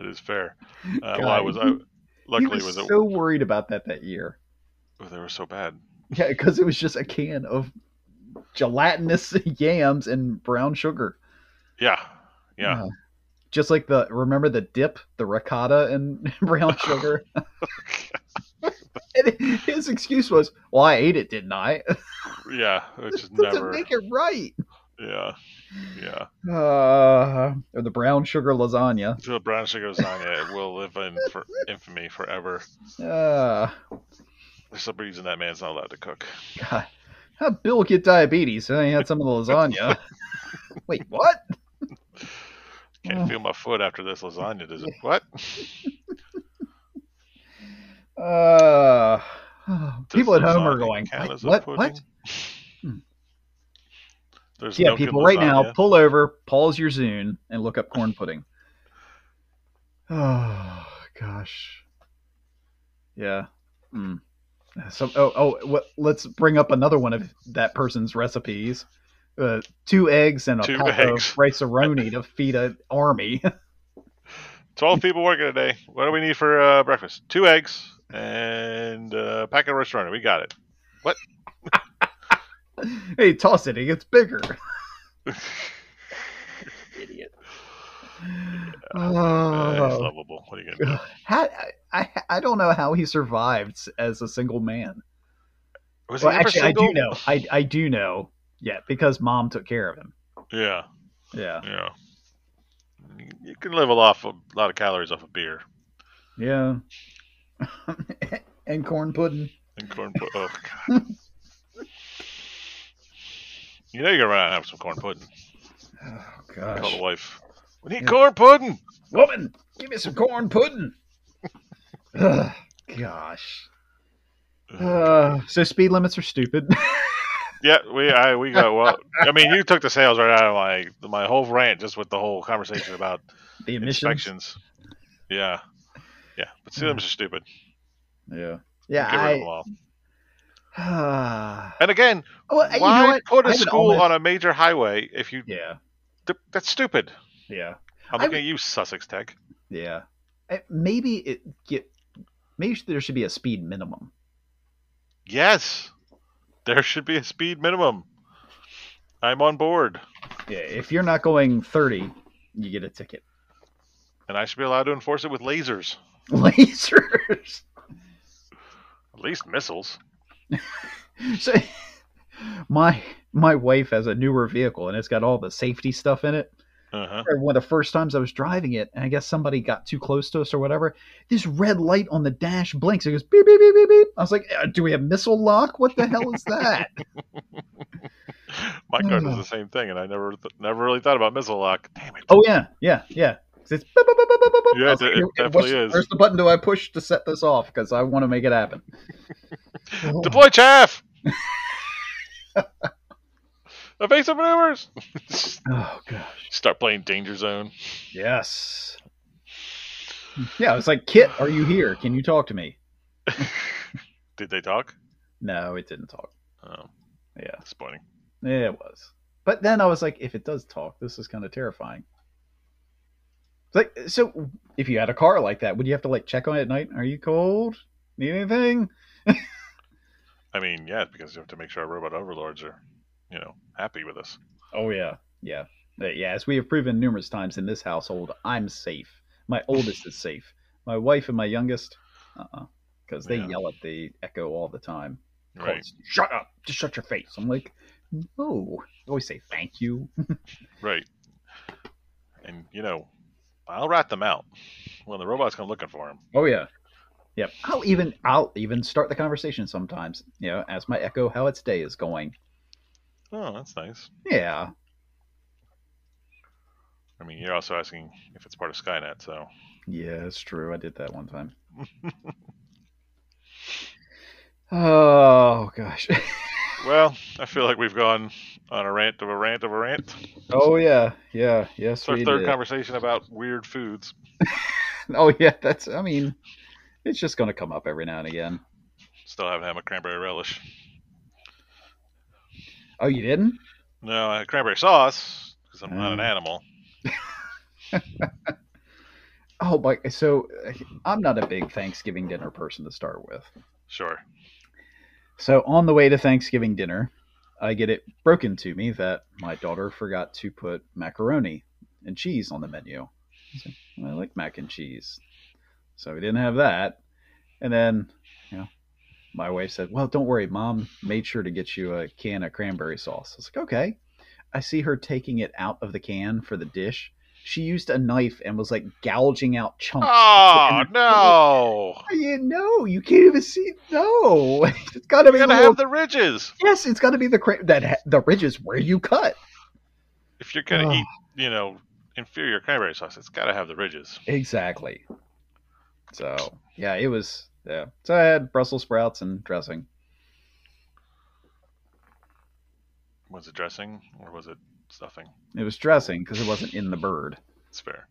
is fair. Uh,
God,
well, I was. I,
you-
luckily,
he
was
was
it,
so worried about that that year.
oh, they were so bad.
Yeah, because it was just a can of gelatinous yams and brown sugar.
Yeah, yeah.
Uh, just like the remember the dip, the ricotta and brown sugar.
Oh,
and his excuse was, "Well, I ate it, didn't I?"
Yeah, which is
Doesn't
never.
make it right.
Yeah, yeah.
Uh, or the brown sugar lasagna.
The brown sugar lasagna will live in for infamy forever.
Uh,
There's some reason that man's not allowed to cook.
God, how'd Bill get diabetes? He had some of the lasagna. Wait, what?
Can't
Oh.
feel my foot after this lasagna. Does it? What?
Uh, people at
Does
home are
lasagna
going,
count
"Wait,
as a
what?
pudding?"
What?
There's
Yeah,
milk in
people, right now,
lasagna.
pull over, pause your Zune, and look up corn pudding. Oh, gosh. Yeah. Mm. So, oh, oh, what, let's bring up another one of that person's recipes: uh, two eggs and a
Two
pot
eggs.
of riceroni to feed an army.
12 people working today. What do we need for uh, breakfast? Two eggs and uh, a packet of restaurant. We got it.
hey, toss it; it gets bigger. Idiot.
Uh, it's
Oh,
lovable. What are you going to
how, I, I don't know how he survived as a single man.
do? Was
Well,
he ever
actually, I
single?
do know. I, I do know. Yeah, because mom took care of him.
Yeah,
Yeah.
yeah. You- You can live a lot, a lot of calories off of beer
Yeah. and corn pudding.
and corn pudding. Oh, God. you know you're going to run out and have some corn pudding.
Oh,
Call the wife. We need
Yeah.
corn pudding.
Woman, give me some corn pudding. Ugh, gosh. Uh, so speed limits are stupid.
Yeah, we I we got well. I mean, you took the sales right out of my my whole rant just with the whole conversation about
the emissions.
inspections. Yeah, yeah, but see them are stupid.
Yeah. Yeah.
Get rid of them
I,
all.
Ah.
And again,
well, you know
why
what?
put
I
a
would
school
almost-
on a major highway if you?
Yeah.
th- that's stupid.
Yeah.
I'm
I
looking
would-
at you, Sussex Tech.
Yeah. I- maybe it get. Maybe there should be a speed minimum.
Yes, there should be a speed minimum. I'm on board,
Yeah. If you're not going 30, you get a ticket.
and I should be allowed to enforce it with lasers,
Lasers.
at least missiles.
so my my wife has a newer vehicle and it's got all the safety stuff in it
Uh huh.
And one of the first times i was driving it and i guess somebody got too close to us or whatever this red light on the dash blinks it goes beep beep beep beep beep i was like "Uh, do we have missile lock what the hell is that
My car does
Ugh.
the same thing, and I never th- never really thought about missile lock. Damn it.
Hmm. oh yeah yeah yeah 'Cause it's boop, boop, boop, boop, boop, boop.
Yeah,
I was
it-
like,
it
"What's-
definitely is."
where's the button do i push to set this off because i want to make it happen
Deploy chaff. Evasive maneuvers.
oh gosh
Start playing Danger Zone.
yes yeah it's like kit are you here can you talk to me
Did they talk?
no it didn't talk
Oh,
Yeah.
disappointing.
Yeah, it was. But then I was like, if it does talk, this is kind of terrifying. It's Like, so if you had a car like that, would you have to like check on it at night? Are you cold? Need anything?
I mean, yeah, because you have to make sure our robot overlords are, you know, happy with us.
Oh yeah, yeah, But yeah. As we have proven numerous times in this household, I'm safe. My oldest is safe. My wife and my youngest, uh, uh because they
Yeah.
yell at the echo all the time.
Right.
Calls, shut up! Just shut your face. I'm like, no. I always say thank you.
Right. And you know, I'll rat them out when the robots come looking for them.
Oh yeah. Yep. I'll even I'll even start the conversation sometimes. You know, ask my Echo how its day is going.
Oh, that's nice.
Yeah.
I mean, you're also asking if it's part of Skynet, so
Yeah, it's true. I did that one time. oh gosh.
well, I feel like we've gone on a rant of a rant of a rant.
Oh yeah. Yeah. Yes.
It's our
we
third
did.
conversation about weird foods.
oh yeah. That's. I mean, it's just going to come up every now and again.
Still haven't had my cranberry relish.
Oh, you didn't?
No, I had cranberry sauce because I'm not an
Oh.
animal.
Oh my. So uh, I'm not a big Thanksgiving dinner person to start with.
Sure.
So on the way to Thanksgiving dinner, I get it broken to me that my daughter forgot to put macaroni and cheese on the menu. I said, "Well, I like mac and cheese. So we didn't have that. And then, you know, my wife said, Well, don't worry, mom made sure to get you a can of cranberry sauce. I was like, Okay. I see her taking it out of the can for the dish. She used a knife and was like gouging out chunks.
Oh no!
You know, you can't even see. No, it's got to
You
be
gotta
little
have the ridges
Yes, it's got to be the cra- that ha- the ridges where you cut.
if you're gonna
Oh.
eat, you know, inferior cranberry sauce. It's gotta have the ridges.
Exactly. So yeah, it was yeah. So I had Brussels sprouts and dressing.
Was it dressing or was it stuffing?
It was dressing because it wasn't in the bird.
It's fair.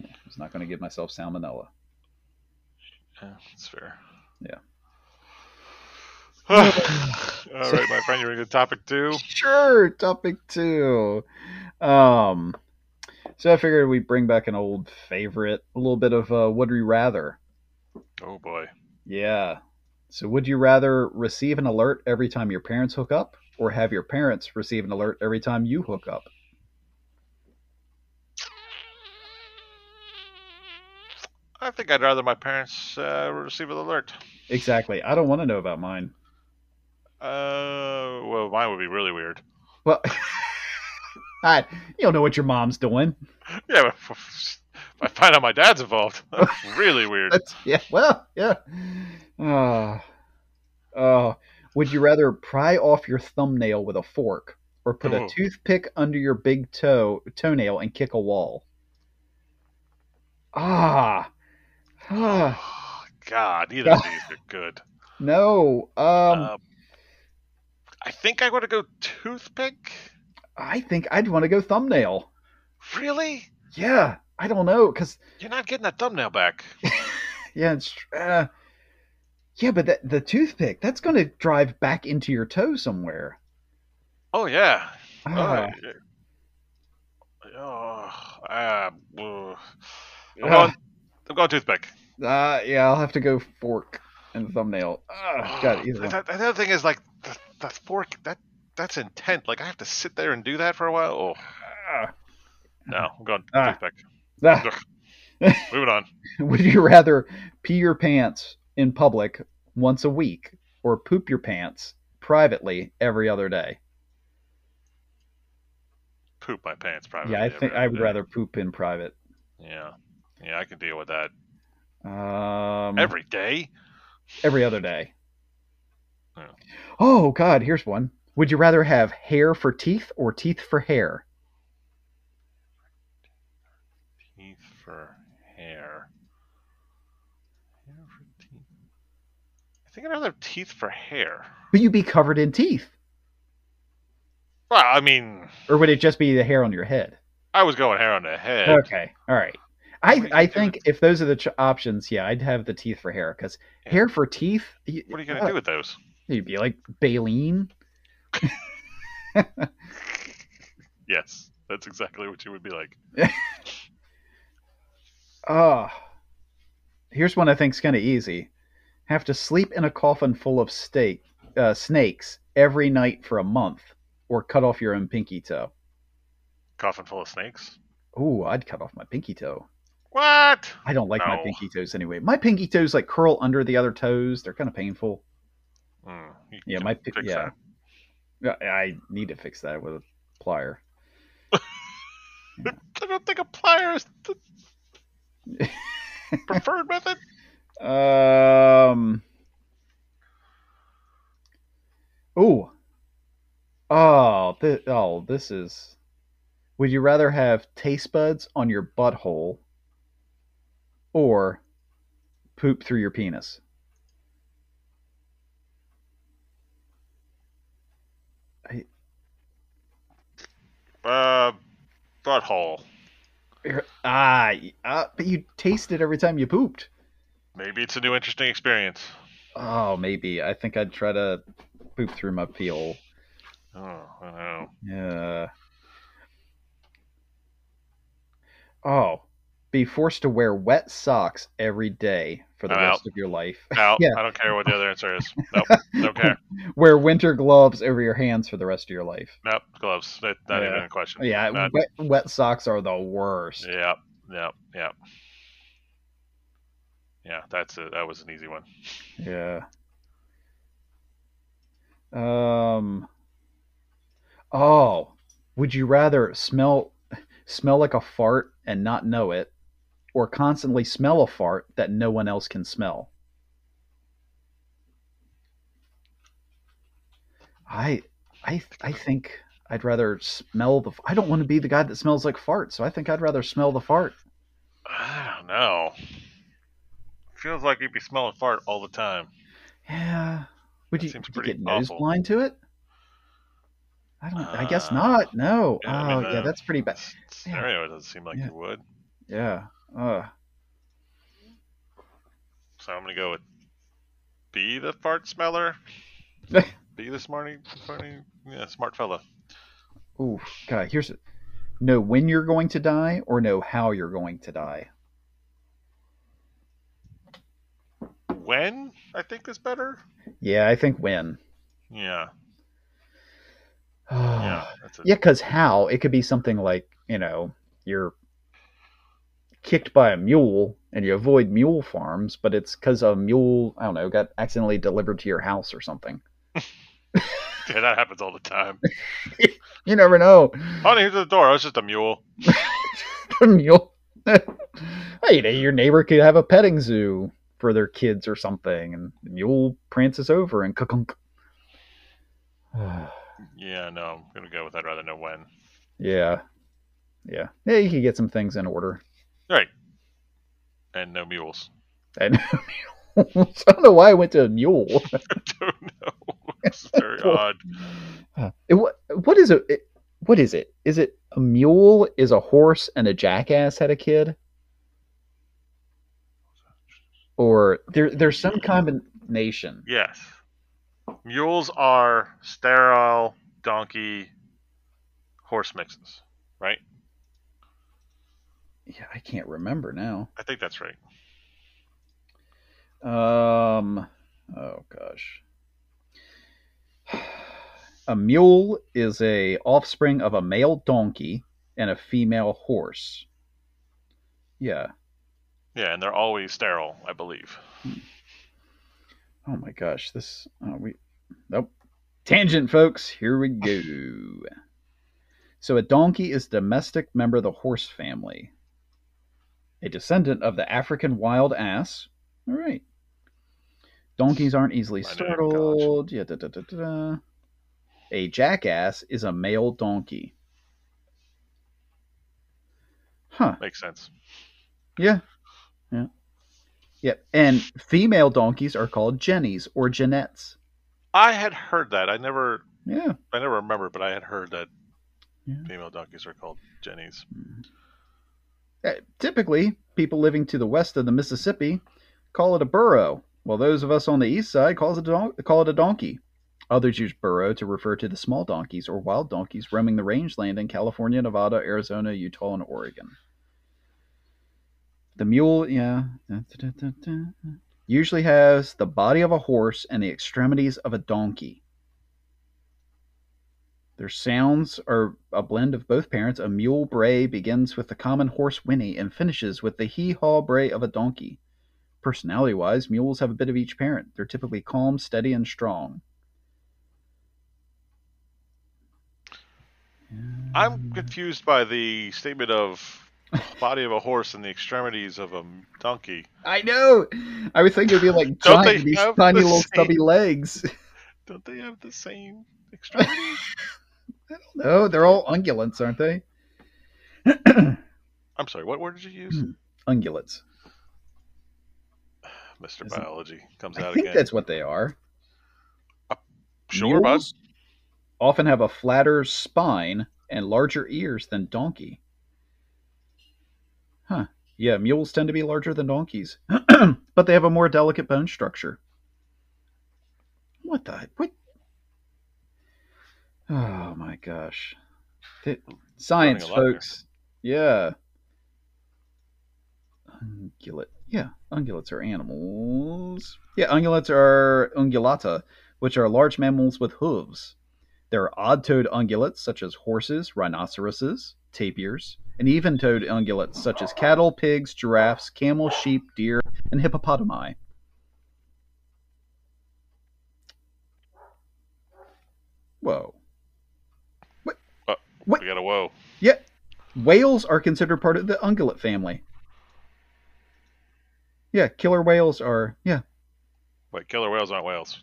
I was not going to give myself salmonella.
Yeah, it's fair.
Yeah.
All right, my friend, you're going to topic two.
Sure, topic two. Um, so I figured we bring back an old favorite, a little bit of uh, would you rather.
Oh boy.
Yeah. So would you rather receive an alert every time your parents hook up, or have your parents receive an alert every time you hook up?
I think I'd rather my parents uh, receive an alert.
Exactly. I don't want to know about mine.
Uh, well, mine would be really weird.
Well, I, you don't know what your mom's doing.
Yeah, but if I find out my dad's involved, that's really weird.
That's, yeah. Well, yeah. Uh, uh, would you rather pry off your thumbnail with a fork, or put
Ooh.
a toothpick under your big toe toenail and kick a wall? Ah. Ah.
God, either of these are good.
No. Um,
um, I think I want to go toothpick.
I think I'd want to go thumbnail.
Really?
Yeah, I don't know cuz
You're not getting that thumbnail back.
yeah, it's tr- uh, yeah, but that, the toothpick that's going to drive back into your toe somewhere.
Oh yeah. Oh,
Ah,
yeah. Oh, ah, ugh. I'm,
Ah.
going, I'm going toothpick.
uh, yeah, I'll have to go fork and thumbnail. Uh, God, either
the,
one.
the other thing is like the, the fork. That that's intent. Like I have to sit there and do that for a while. Oh
Ah.
no, I'm going
Ah.
toothpick.
Ah,
Moving on.
would you rather pee your pants in public once a week or poop your pants privately every other day?
Poop my pants privately.
Yeah, I
every
think
other
I would
day.
rather poop in private.
Yeah, yeah, I can deal with that
Um,
every day.
every other day.
Yeah.
Oh God, here's one. Would you rather have hair for teeth or teeth for hair?
Teeth for hair. Hair for teeth. I think I'd rather have teeth for hair.
But you'd be covered in teeth,
Well, I mean,
or would it just be the hair on your head?
I was going hair on the head.
Okay, all right. I
What are
I
you doing?
think if those are the ch- options, yeah, I'd have the teeth for hair because
Yeah.
hair for teeth. You,
What are you gonna do with those?
You'd be like baleen.
Yes, that's exactly what you would be like.
Ah, here's one I think's kind of easy. Have to sleep in a coffin full of steak, uh, snakes every night for a month, or cut off your own pinky toe.
Coffin full of snakes.
Ooh, I'd cut off my pinky toe.
What?
I don't like my
No.
pinky toes anyway. My pinky toes like curl under the other toes. They're kind of painful.
Mm, you
Yeah,
can
my pi-
fix
yeah.
that.
Yeah, I need to fix that with a plier.
I don't think a plier is the preferred method.
Um. Ooh. Oh, thi- oh, this is. Would you rather have taste buds on your butthole, or poop through your penis?
Uh, butthole.
Ah, y- ah, but you taste it every time you pooped.
Maybe it's a new interesting experience.
Oh, maybe. I think I'd try to poop through my pee hole.
Oh, I don't know.
Yeah. Oh, be forced to wear wet socks every day for the
I'm
rest
out.
of your life.
Out.
Yeah.
I don't care what the other answer is. Nope. Don't care.
Wear winter gloves over your hands for the rest of your life.
Nope. Gloves. That, not
Yeah.
even a question.
Yeah,
Not,
wet, wet socks are the worst.
yeah. Yeah. Yeah. Yeah. That's a, that was an easy one.
Yeah. Um. Oh, would you rather smell smell like a fart and not know it, or constantly smell a fart that no one else can smell? I I I think I'd rather smell the. I don't want to be the guy that smells like fart, so I think I'd rather smell the fart.
I don't know. Feels like you'd be smelling fart all the time.
Yeah. Would
That
you,
seems
would you
pretty
get nose
awful.
blind to it? I don't. I guess
Uh,
not. No.
yeah, I
oh,
mean,
yeah.
uh,
That's pretty bad.
s- Scenario it doesn't seem like
Yeah.
you would.
Yeah. Uh,
So I'm gonna go with be the fart smeller. Be the smarty, smarty, yeah, smart fella.
Ooh, God, here's know when you're going to die or know how you're going to die.
When I think is better.
Yeah, I think when.
Yeah,
yeah,
yeah, that's it.
because how it could be something like you know you're kicked by a mule and you avoid mule farms, but it's because a mule I don't know got accidentally delivered to your house or something.
Yeah, that happens all the time.
You never know.
Honey, Oh, here's the door. I was just a mule.
a mule. hey, you know, your neighbor could have a petting zoo for their kids or something, and the mule prances over and kunk.
Yeah, no, I'm gonna go with I'd rather know when.
yeah, yeah, yeah. You could get some things in order.
Right. And no mules.
And mules. I don't know why I went to a mule.
Don't know. It's very odd.
It, what, what is a it, what is it? Is it a mule? Is a horse and a jackass had a kid? Or there there's some combination.
Yes. Mules are sterile donkey horse mixes.
Yeah, I can't remember now.
I think that's right.
Um, oh gosh. A mule is a offspring of a male donkey and a female horse. Yeah.
Yeah, and they're always sterile, I believe.
Oh my gosh. This oh, we nope. Tangent, folks. Here we go. So a donkey is a domestic member of the horse family, a descendant of the African wild ass. All right. Donkeys aren't easily
Learned it in college.
startled. Yeah, da, da, da, da, da. A jackass is a male donkey. Huh.
Makes sense.
Yeah. Yeah. Yep. And female donkeys are called jennies or jeanettes.
I had heard that. I never
Yeah.
I never remember, but I had heard that
Yeah.
female donkeys are called jennies.
Uh, Typically, people living to the west of the Mississippi call it a burro, while those of us on the east side calls it a don- call it a donkey. Others use burro to refer to the small donkeys or wild donkeys roaming the rangeland in California, Nevada, Arizona, Utah, and Oregon. The mule, yeah, da, da, da, da, da, usually has the body of a horse and the extremities of a donkey. Their sounds are a blend of both parents. A mule bray begins with the common horse whinny and finishes with the hee haw bray of a donkey. Personality wise, mules have a bit of each parent. They're typically calm, steady, and strong. Hmm.
I'm confused by the statement of body of a horse and the extremities of a donkey.
I know. I would think it'd be like
Don't they
giant, these
have
tiny
the
little
same-
stubby legs.
Don't they have the same extremities?
No, they're all ungulates, aren't they?
I'm sorry, what word did you
Hmm.
use?
Ungulates.
Mr.
Isn't-
Biology comes
I
out
think
again.
that's what they are.
Sure, bud.
Mules Often have a flatter spine and larger ears than donkey. Huh. Yeah, mules tend to be larger than donkeys, but they have a more delicate bone structure. What the what? Oh my gosh. Th- science,
lot here.
folks. Yeah. Ungulate. Yeah, ungulates are animals. Yeah, ungulates are ungulata, which are large mammals with hooves. There are odd toed ungulates such as horses, rhinoceroses, tapirs, and even toed ungulates such as cattle, pigs, giraffes, camel, sheep, deer, and hippopotami. Whoa. What?
We got a whoa.
Whales are considered part of the ungulate family. Yeah, killer whales are, yeah,
Wait, killer whales aren't whales.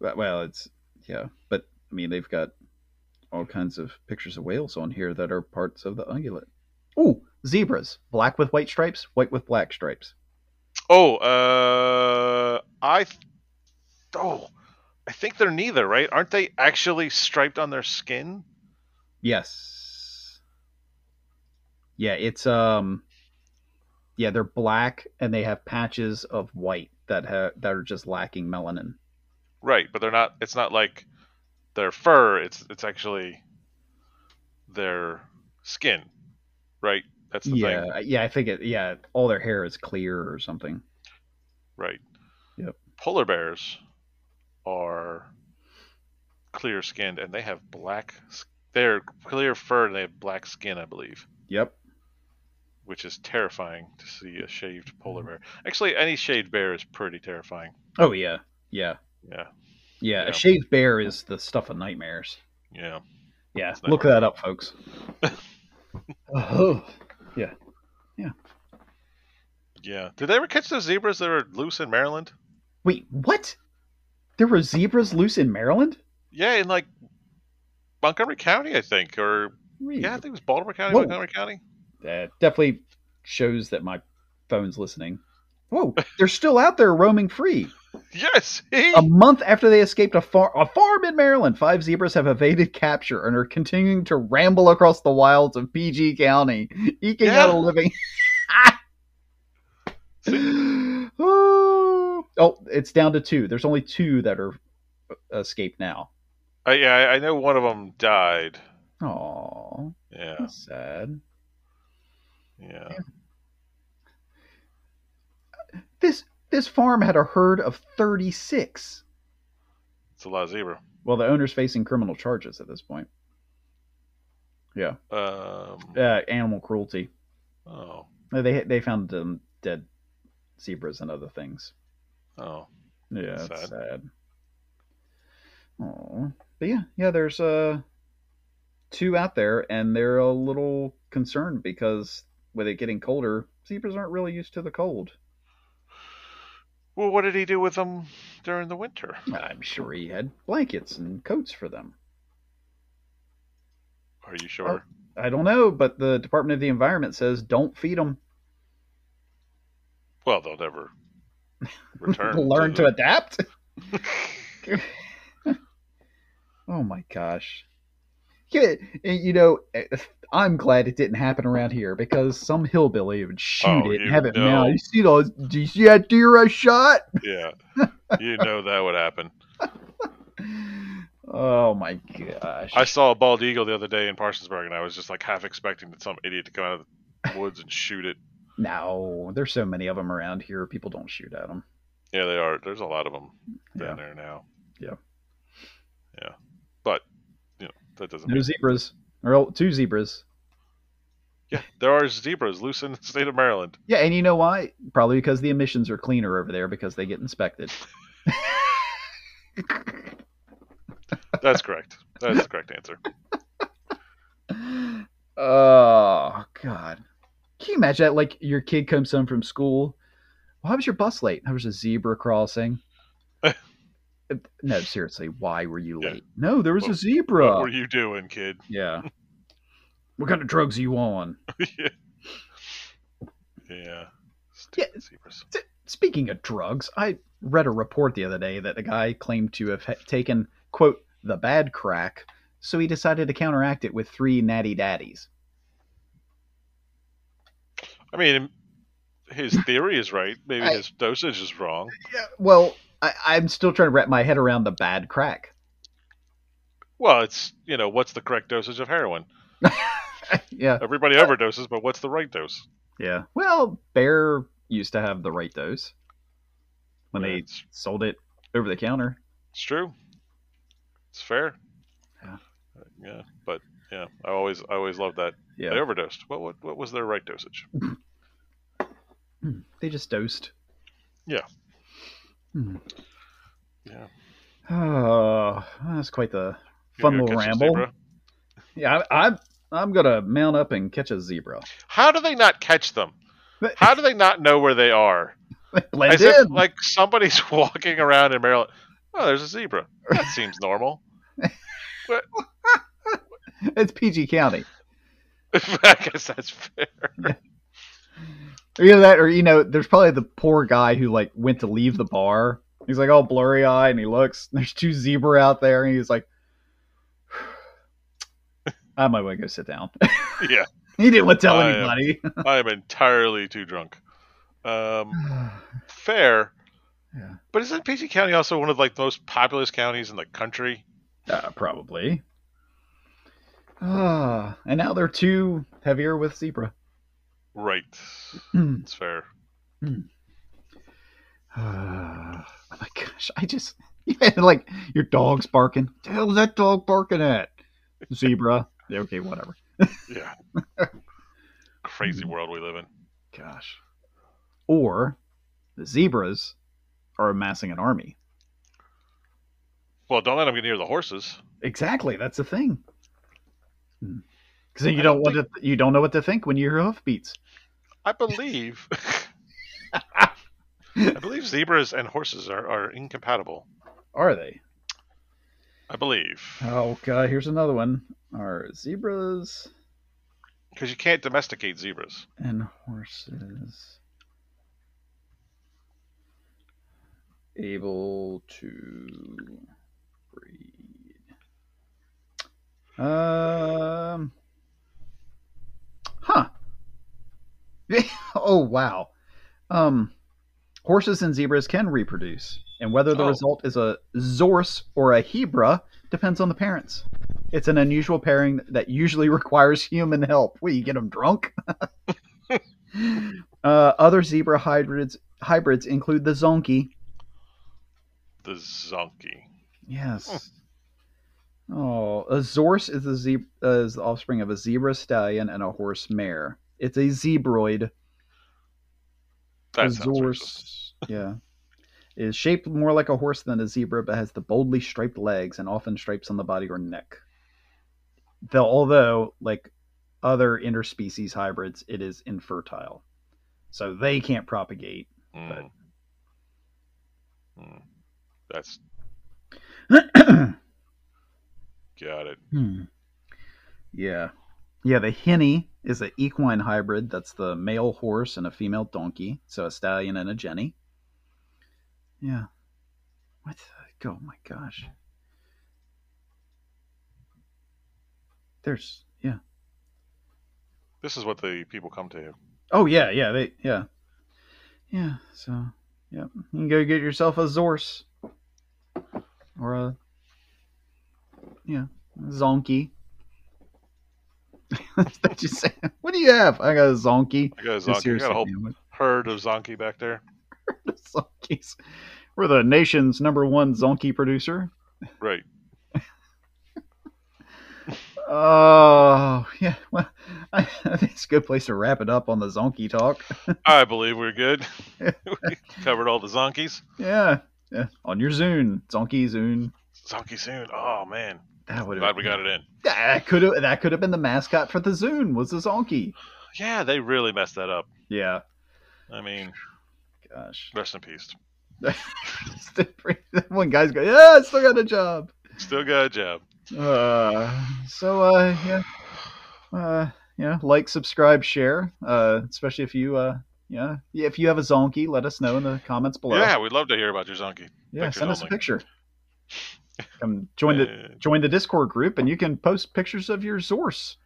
Well- Well, it's yeah, but I mean they've got all kinds of pictures of whales on here that are parts of the ungulate. Ooh, zebras, black with white stripes, white with black stripes.
Oh, uh, I, th- oh, I think they're neither, right? Aren't they actually striped on their skin?
Yes. Yeah, it's um yeah, they're black and they have patches of white that have that are just lacking melanin.
Right, but they're not. It's not like their fur. It's it's actually their skin. Right. That's the
yeah,
thing.
yeah, I think it. Yeah, all their hair is clear or something.
Right.
Yep.
Polar bears are clear skinned, and they have black. s- They're clear fur, and they have black skin, I believe,
Yep.
which is terrifying to see a shaved polar bear. Actually, any shaved bear is pretty terrifying.
Oh yeah, yeah,
Yeah.
yeah.
Yeah.
A shaved bear is the stuff of nightmares.
Yeah.
Yeah,
It's
look
nightmare.
that up, folks. oh, yeah.
Yeah. Did they ever catch those zebras that were loose in Maryland?
Wait, what? There were zebras loose in Maryland?
Yeah, in like Montgomery County, I think, or
Really?
yeah, I think it was Baltimore County,
Whoa.
Montgomery County.
that definitely shows that my phone's listening. Whoa, they're still out there roaming free.
Yes. see?
A month after they escaped a, far- a farm in Maryland, five zebras have evaded capture and are continuing to ramble across the wilds of PG County, eking out a
Yeah.
living.
See?
oh, it's down to two. There's only two that are uh, escaped now.
I, yeah, I- I know one of them died.
Aw,
Yeah.
that's sad.
Yeah.
This this farm had a herd of 36.
It's a lot of zebra.
Well, the owner's facing criminal charges at this point.
Um,
Uh, animal cruelty.
Oh,
No, They they found um, dead zebras and other things.
oh,
Yeah,
Sad.
it's sad. Aww. But yeah, yeah, there's uh two out there, and they're a little concerned because with it getting colder, zebras aren't really used to the cold.
well, what did he do with them during the winter?
I'm sure he had blankets and coats for them.
Are you sure?
I don't know, but the Department of the Environment says don't feed them.
Well, they'll never return.
Learn to
the-
adapt.
Mm-hmm.
Oh my gosh. Yeah, and you know, eh, I'm glad it didn't happen around here because some hillbilly would shoot
Oh,
it and
you
have it
know.
now. You see those? Do you see that deer I shot?
yeah, you know that would happen.
Oh my gosh!
I saw a bald eagle the other day in Parsonsburg, and I was just like half expecting that some idiot to come out of the woods and shoot it.
no, there's so many of them around here. People don't shoot at them.
Yeah, they are. There's a lot of them down
Yeah.
there now.
Yeah.
yeah, but you know that doesn't.
No
mean-
zebras, or oh, two zebras.
yeah, there are zebras loose in the state of Maryland.
Yeah, and you know why? Probably because the emissions are cleaner over there because they get inspected.
That's correct. That's the correct answer.
Oh God! Can you imagine that? Like your kid comes home from school. Why was your bus late? There was a zebra crossing. no, seriously, why were you
Yeah.
late? No, there was a
What-
zebra.
What were you doing, kid?
yeah. what kind of drugs are you on?
yeah. Yeah. Stupid zebras.
Speaking of drugs, I read a report the other day that a guy claimed to have ha- taken quote the bad crack, so he decided to counteract it with three natty daddies.
I mean, his theory is right. Maybe his dosage is wrong.
Yeah, well, I, I'm still trying to wrap my head around the bad crack.
Well, it's, you know, what's the correct dosage of heroin?
yeah,
Everybody overdoses, but what's the right dose?
yeah. Well, Bear used to have the right dose when they
it's,
sold it over the counter.
it's true. It's fair.
Yeah.
Uh, Yeah, but yeah, I always I always loved that. They
Yeah,
overdosed. What what what was their right dosage?
they just dosed.
Yeah.
Hmm.
Yeah.
Oh, that's quite the
You
fun
gonna
little
catch a
ramble.
zebra?
Yeah, I, I, I'm gonna mount up and catch a zebra.
How do they not catch them?
But-
How do they not know where they are?
Blend
As if
in.
like somebody's walking around in Maryland. Oh, there's a zebra. That seems normal.
it's PG County.
I guess that's fair.
Or either that, or you know, there's probably the poor guy who like went to leave the bar. He's like all blurry eye, and he looks. and There's two zebra out there, and he's like, "I might want to go sit down."
Yeah,
he didn't want to tell
I am-
anybody.
I am entirely too drunk. Um, fair.
Yeah.
But isn't PG County also one of like the most populous counties in the country?
Uh, probably. Ah, and now they're two heavier with zebra.
Right.
Hmm.
It's fair.
Ah, oh my gosh, I just yeah, like your dog's barking. The hell's that dog barking at? Zebra. Yeah, okay, whatever.
Yeah. Crazy world we live in.
Gosh. Or the zebras are amassing an army.
Well, don't let them get near the horses.
Exactly, that's the thing. Because Hmm. you
I
don't
don't
want to, you don't know what to think when you hear hoofbeats.
I believe. I believe zebras and horses are, are incompatible.
Are they?
I believe.
Oh god, here's another one. Are zebras
Because you can't domesticate zebras.
and horses able to breed? Um. Huh. oh wow. Um, horses and zebras can reproduce, and whether the
Oh.
result is a zorse or a hebra depends on the parents. It's an unusual pairing that usually requires human help. What, you get them drunk? uh, other zebra hybrids hybrids include the zonki.
The zonkey.
Yes. Oh, a zorse is the ze- uh, is the offspring of a zebra stallion and a horse mare. It's a zebroid.
That
a
sounds racist.
zorse, yeah, is shaped more like a horse than a zebra, but has the boldly striped legs and often stripes on the body or neck. Though, although like other interspecies hybrids, it is infertile, so they can't propagate.
Mm. Mm. That's got it.
Hmm. Yeah. Yeah, the henny is an equine hybrid. That's the male horse and a female donkey. So a stallion and a jenny. Yeah. What the? Oh my gosh. There's. Yeah.
This is what the people come to.
Oh, yeah, yeah. They. Yeah. Yeah. So. Yeah. You can go get yourself a Zorse. Or a. Yeah. Zonky. that you say? What do you have? I got a Zonky.
I got a
Just
zonkey. You got a
seriously,
whole
man, what
herd of zonkey back there.
the Zonkies. We're the nation's number one Zonky producer.
Right.
Oh, yeah. Well, I, I think it's a good place to wrap it up on the Zonky talk.
I believe we're good. we covered all the zonkies.
Yeah. yeah. On your Zune. Zonky Zune.
Zonky soon. Oh man.
That would
Glad we got it in.
That could have that could have been the mascot for the Zune was the Zonky.
Yeah, they really messed that up.
Yeah.
I mean,
Gosh.
rest in peace.
That one guy's going, Yeah, I still got a job.
Still got a job.
Uh, so uh yeah. uh, yeah, like, subscribe, share, uh, especially if you, uh, yeah, yeah, if you have a zonky, let us know in the comments below.
Yeah, we'd love to hear about your zonky.
Yeah,
pictures
send us a
only.
picture. Come join the
Uh,
join the Discord group, and you can post pictures of your source.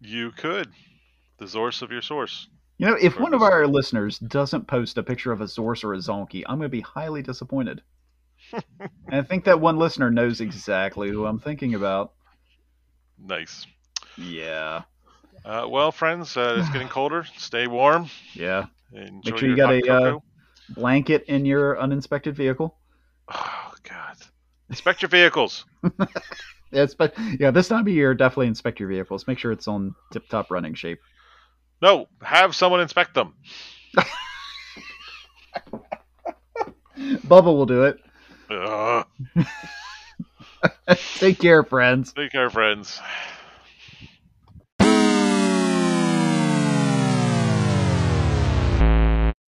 you could. The source of your source.
You know, if
Or
one of
just-
our listeners doesn't post a picture of a source or a zonky, I'm going to be highly disappointed. and I think that one listener knows exactly who I'm thinking about.
Nice.
Yeah,
Uh, well, friends, uh, it's getting colder. Stay warm.
yeah.
Enjoy
sure you
your
got
hot
a, uh,
cocoa.
Blanket in your uninspected vehicle.
Oh God! Inspect your vehicles.
Yes, but yeah, this time of year, definitely inspect your vehicles. Make sure it's on tip-top running shape.
No, have someone inspect them.
Bubba will do it.
Ugh.
Take care, friends.
Take care, friends.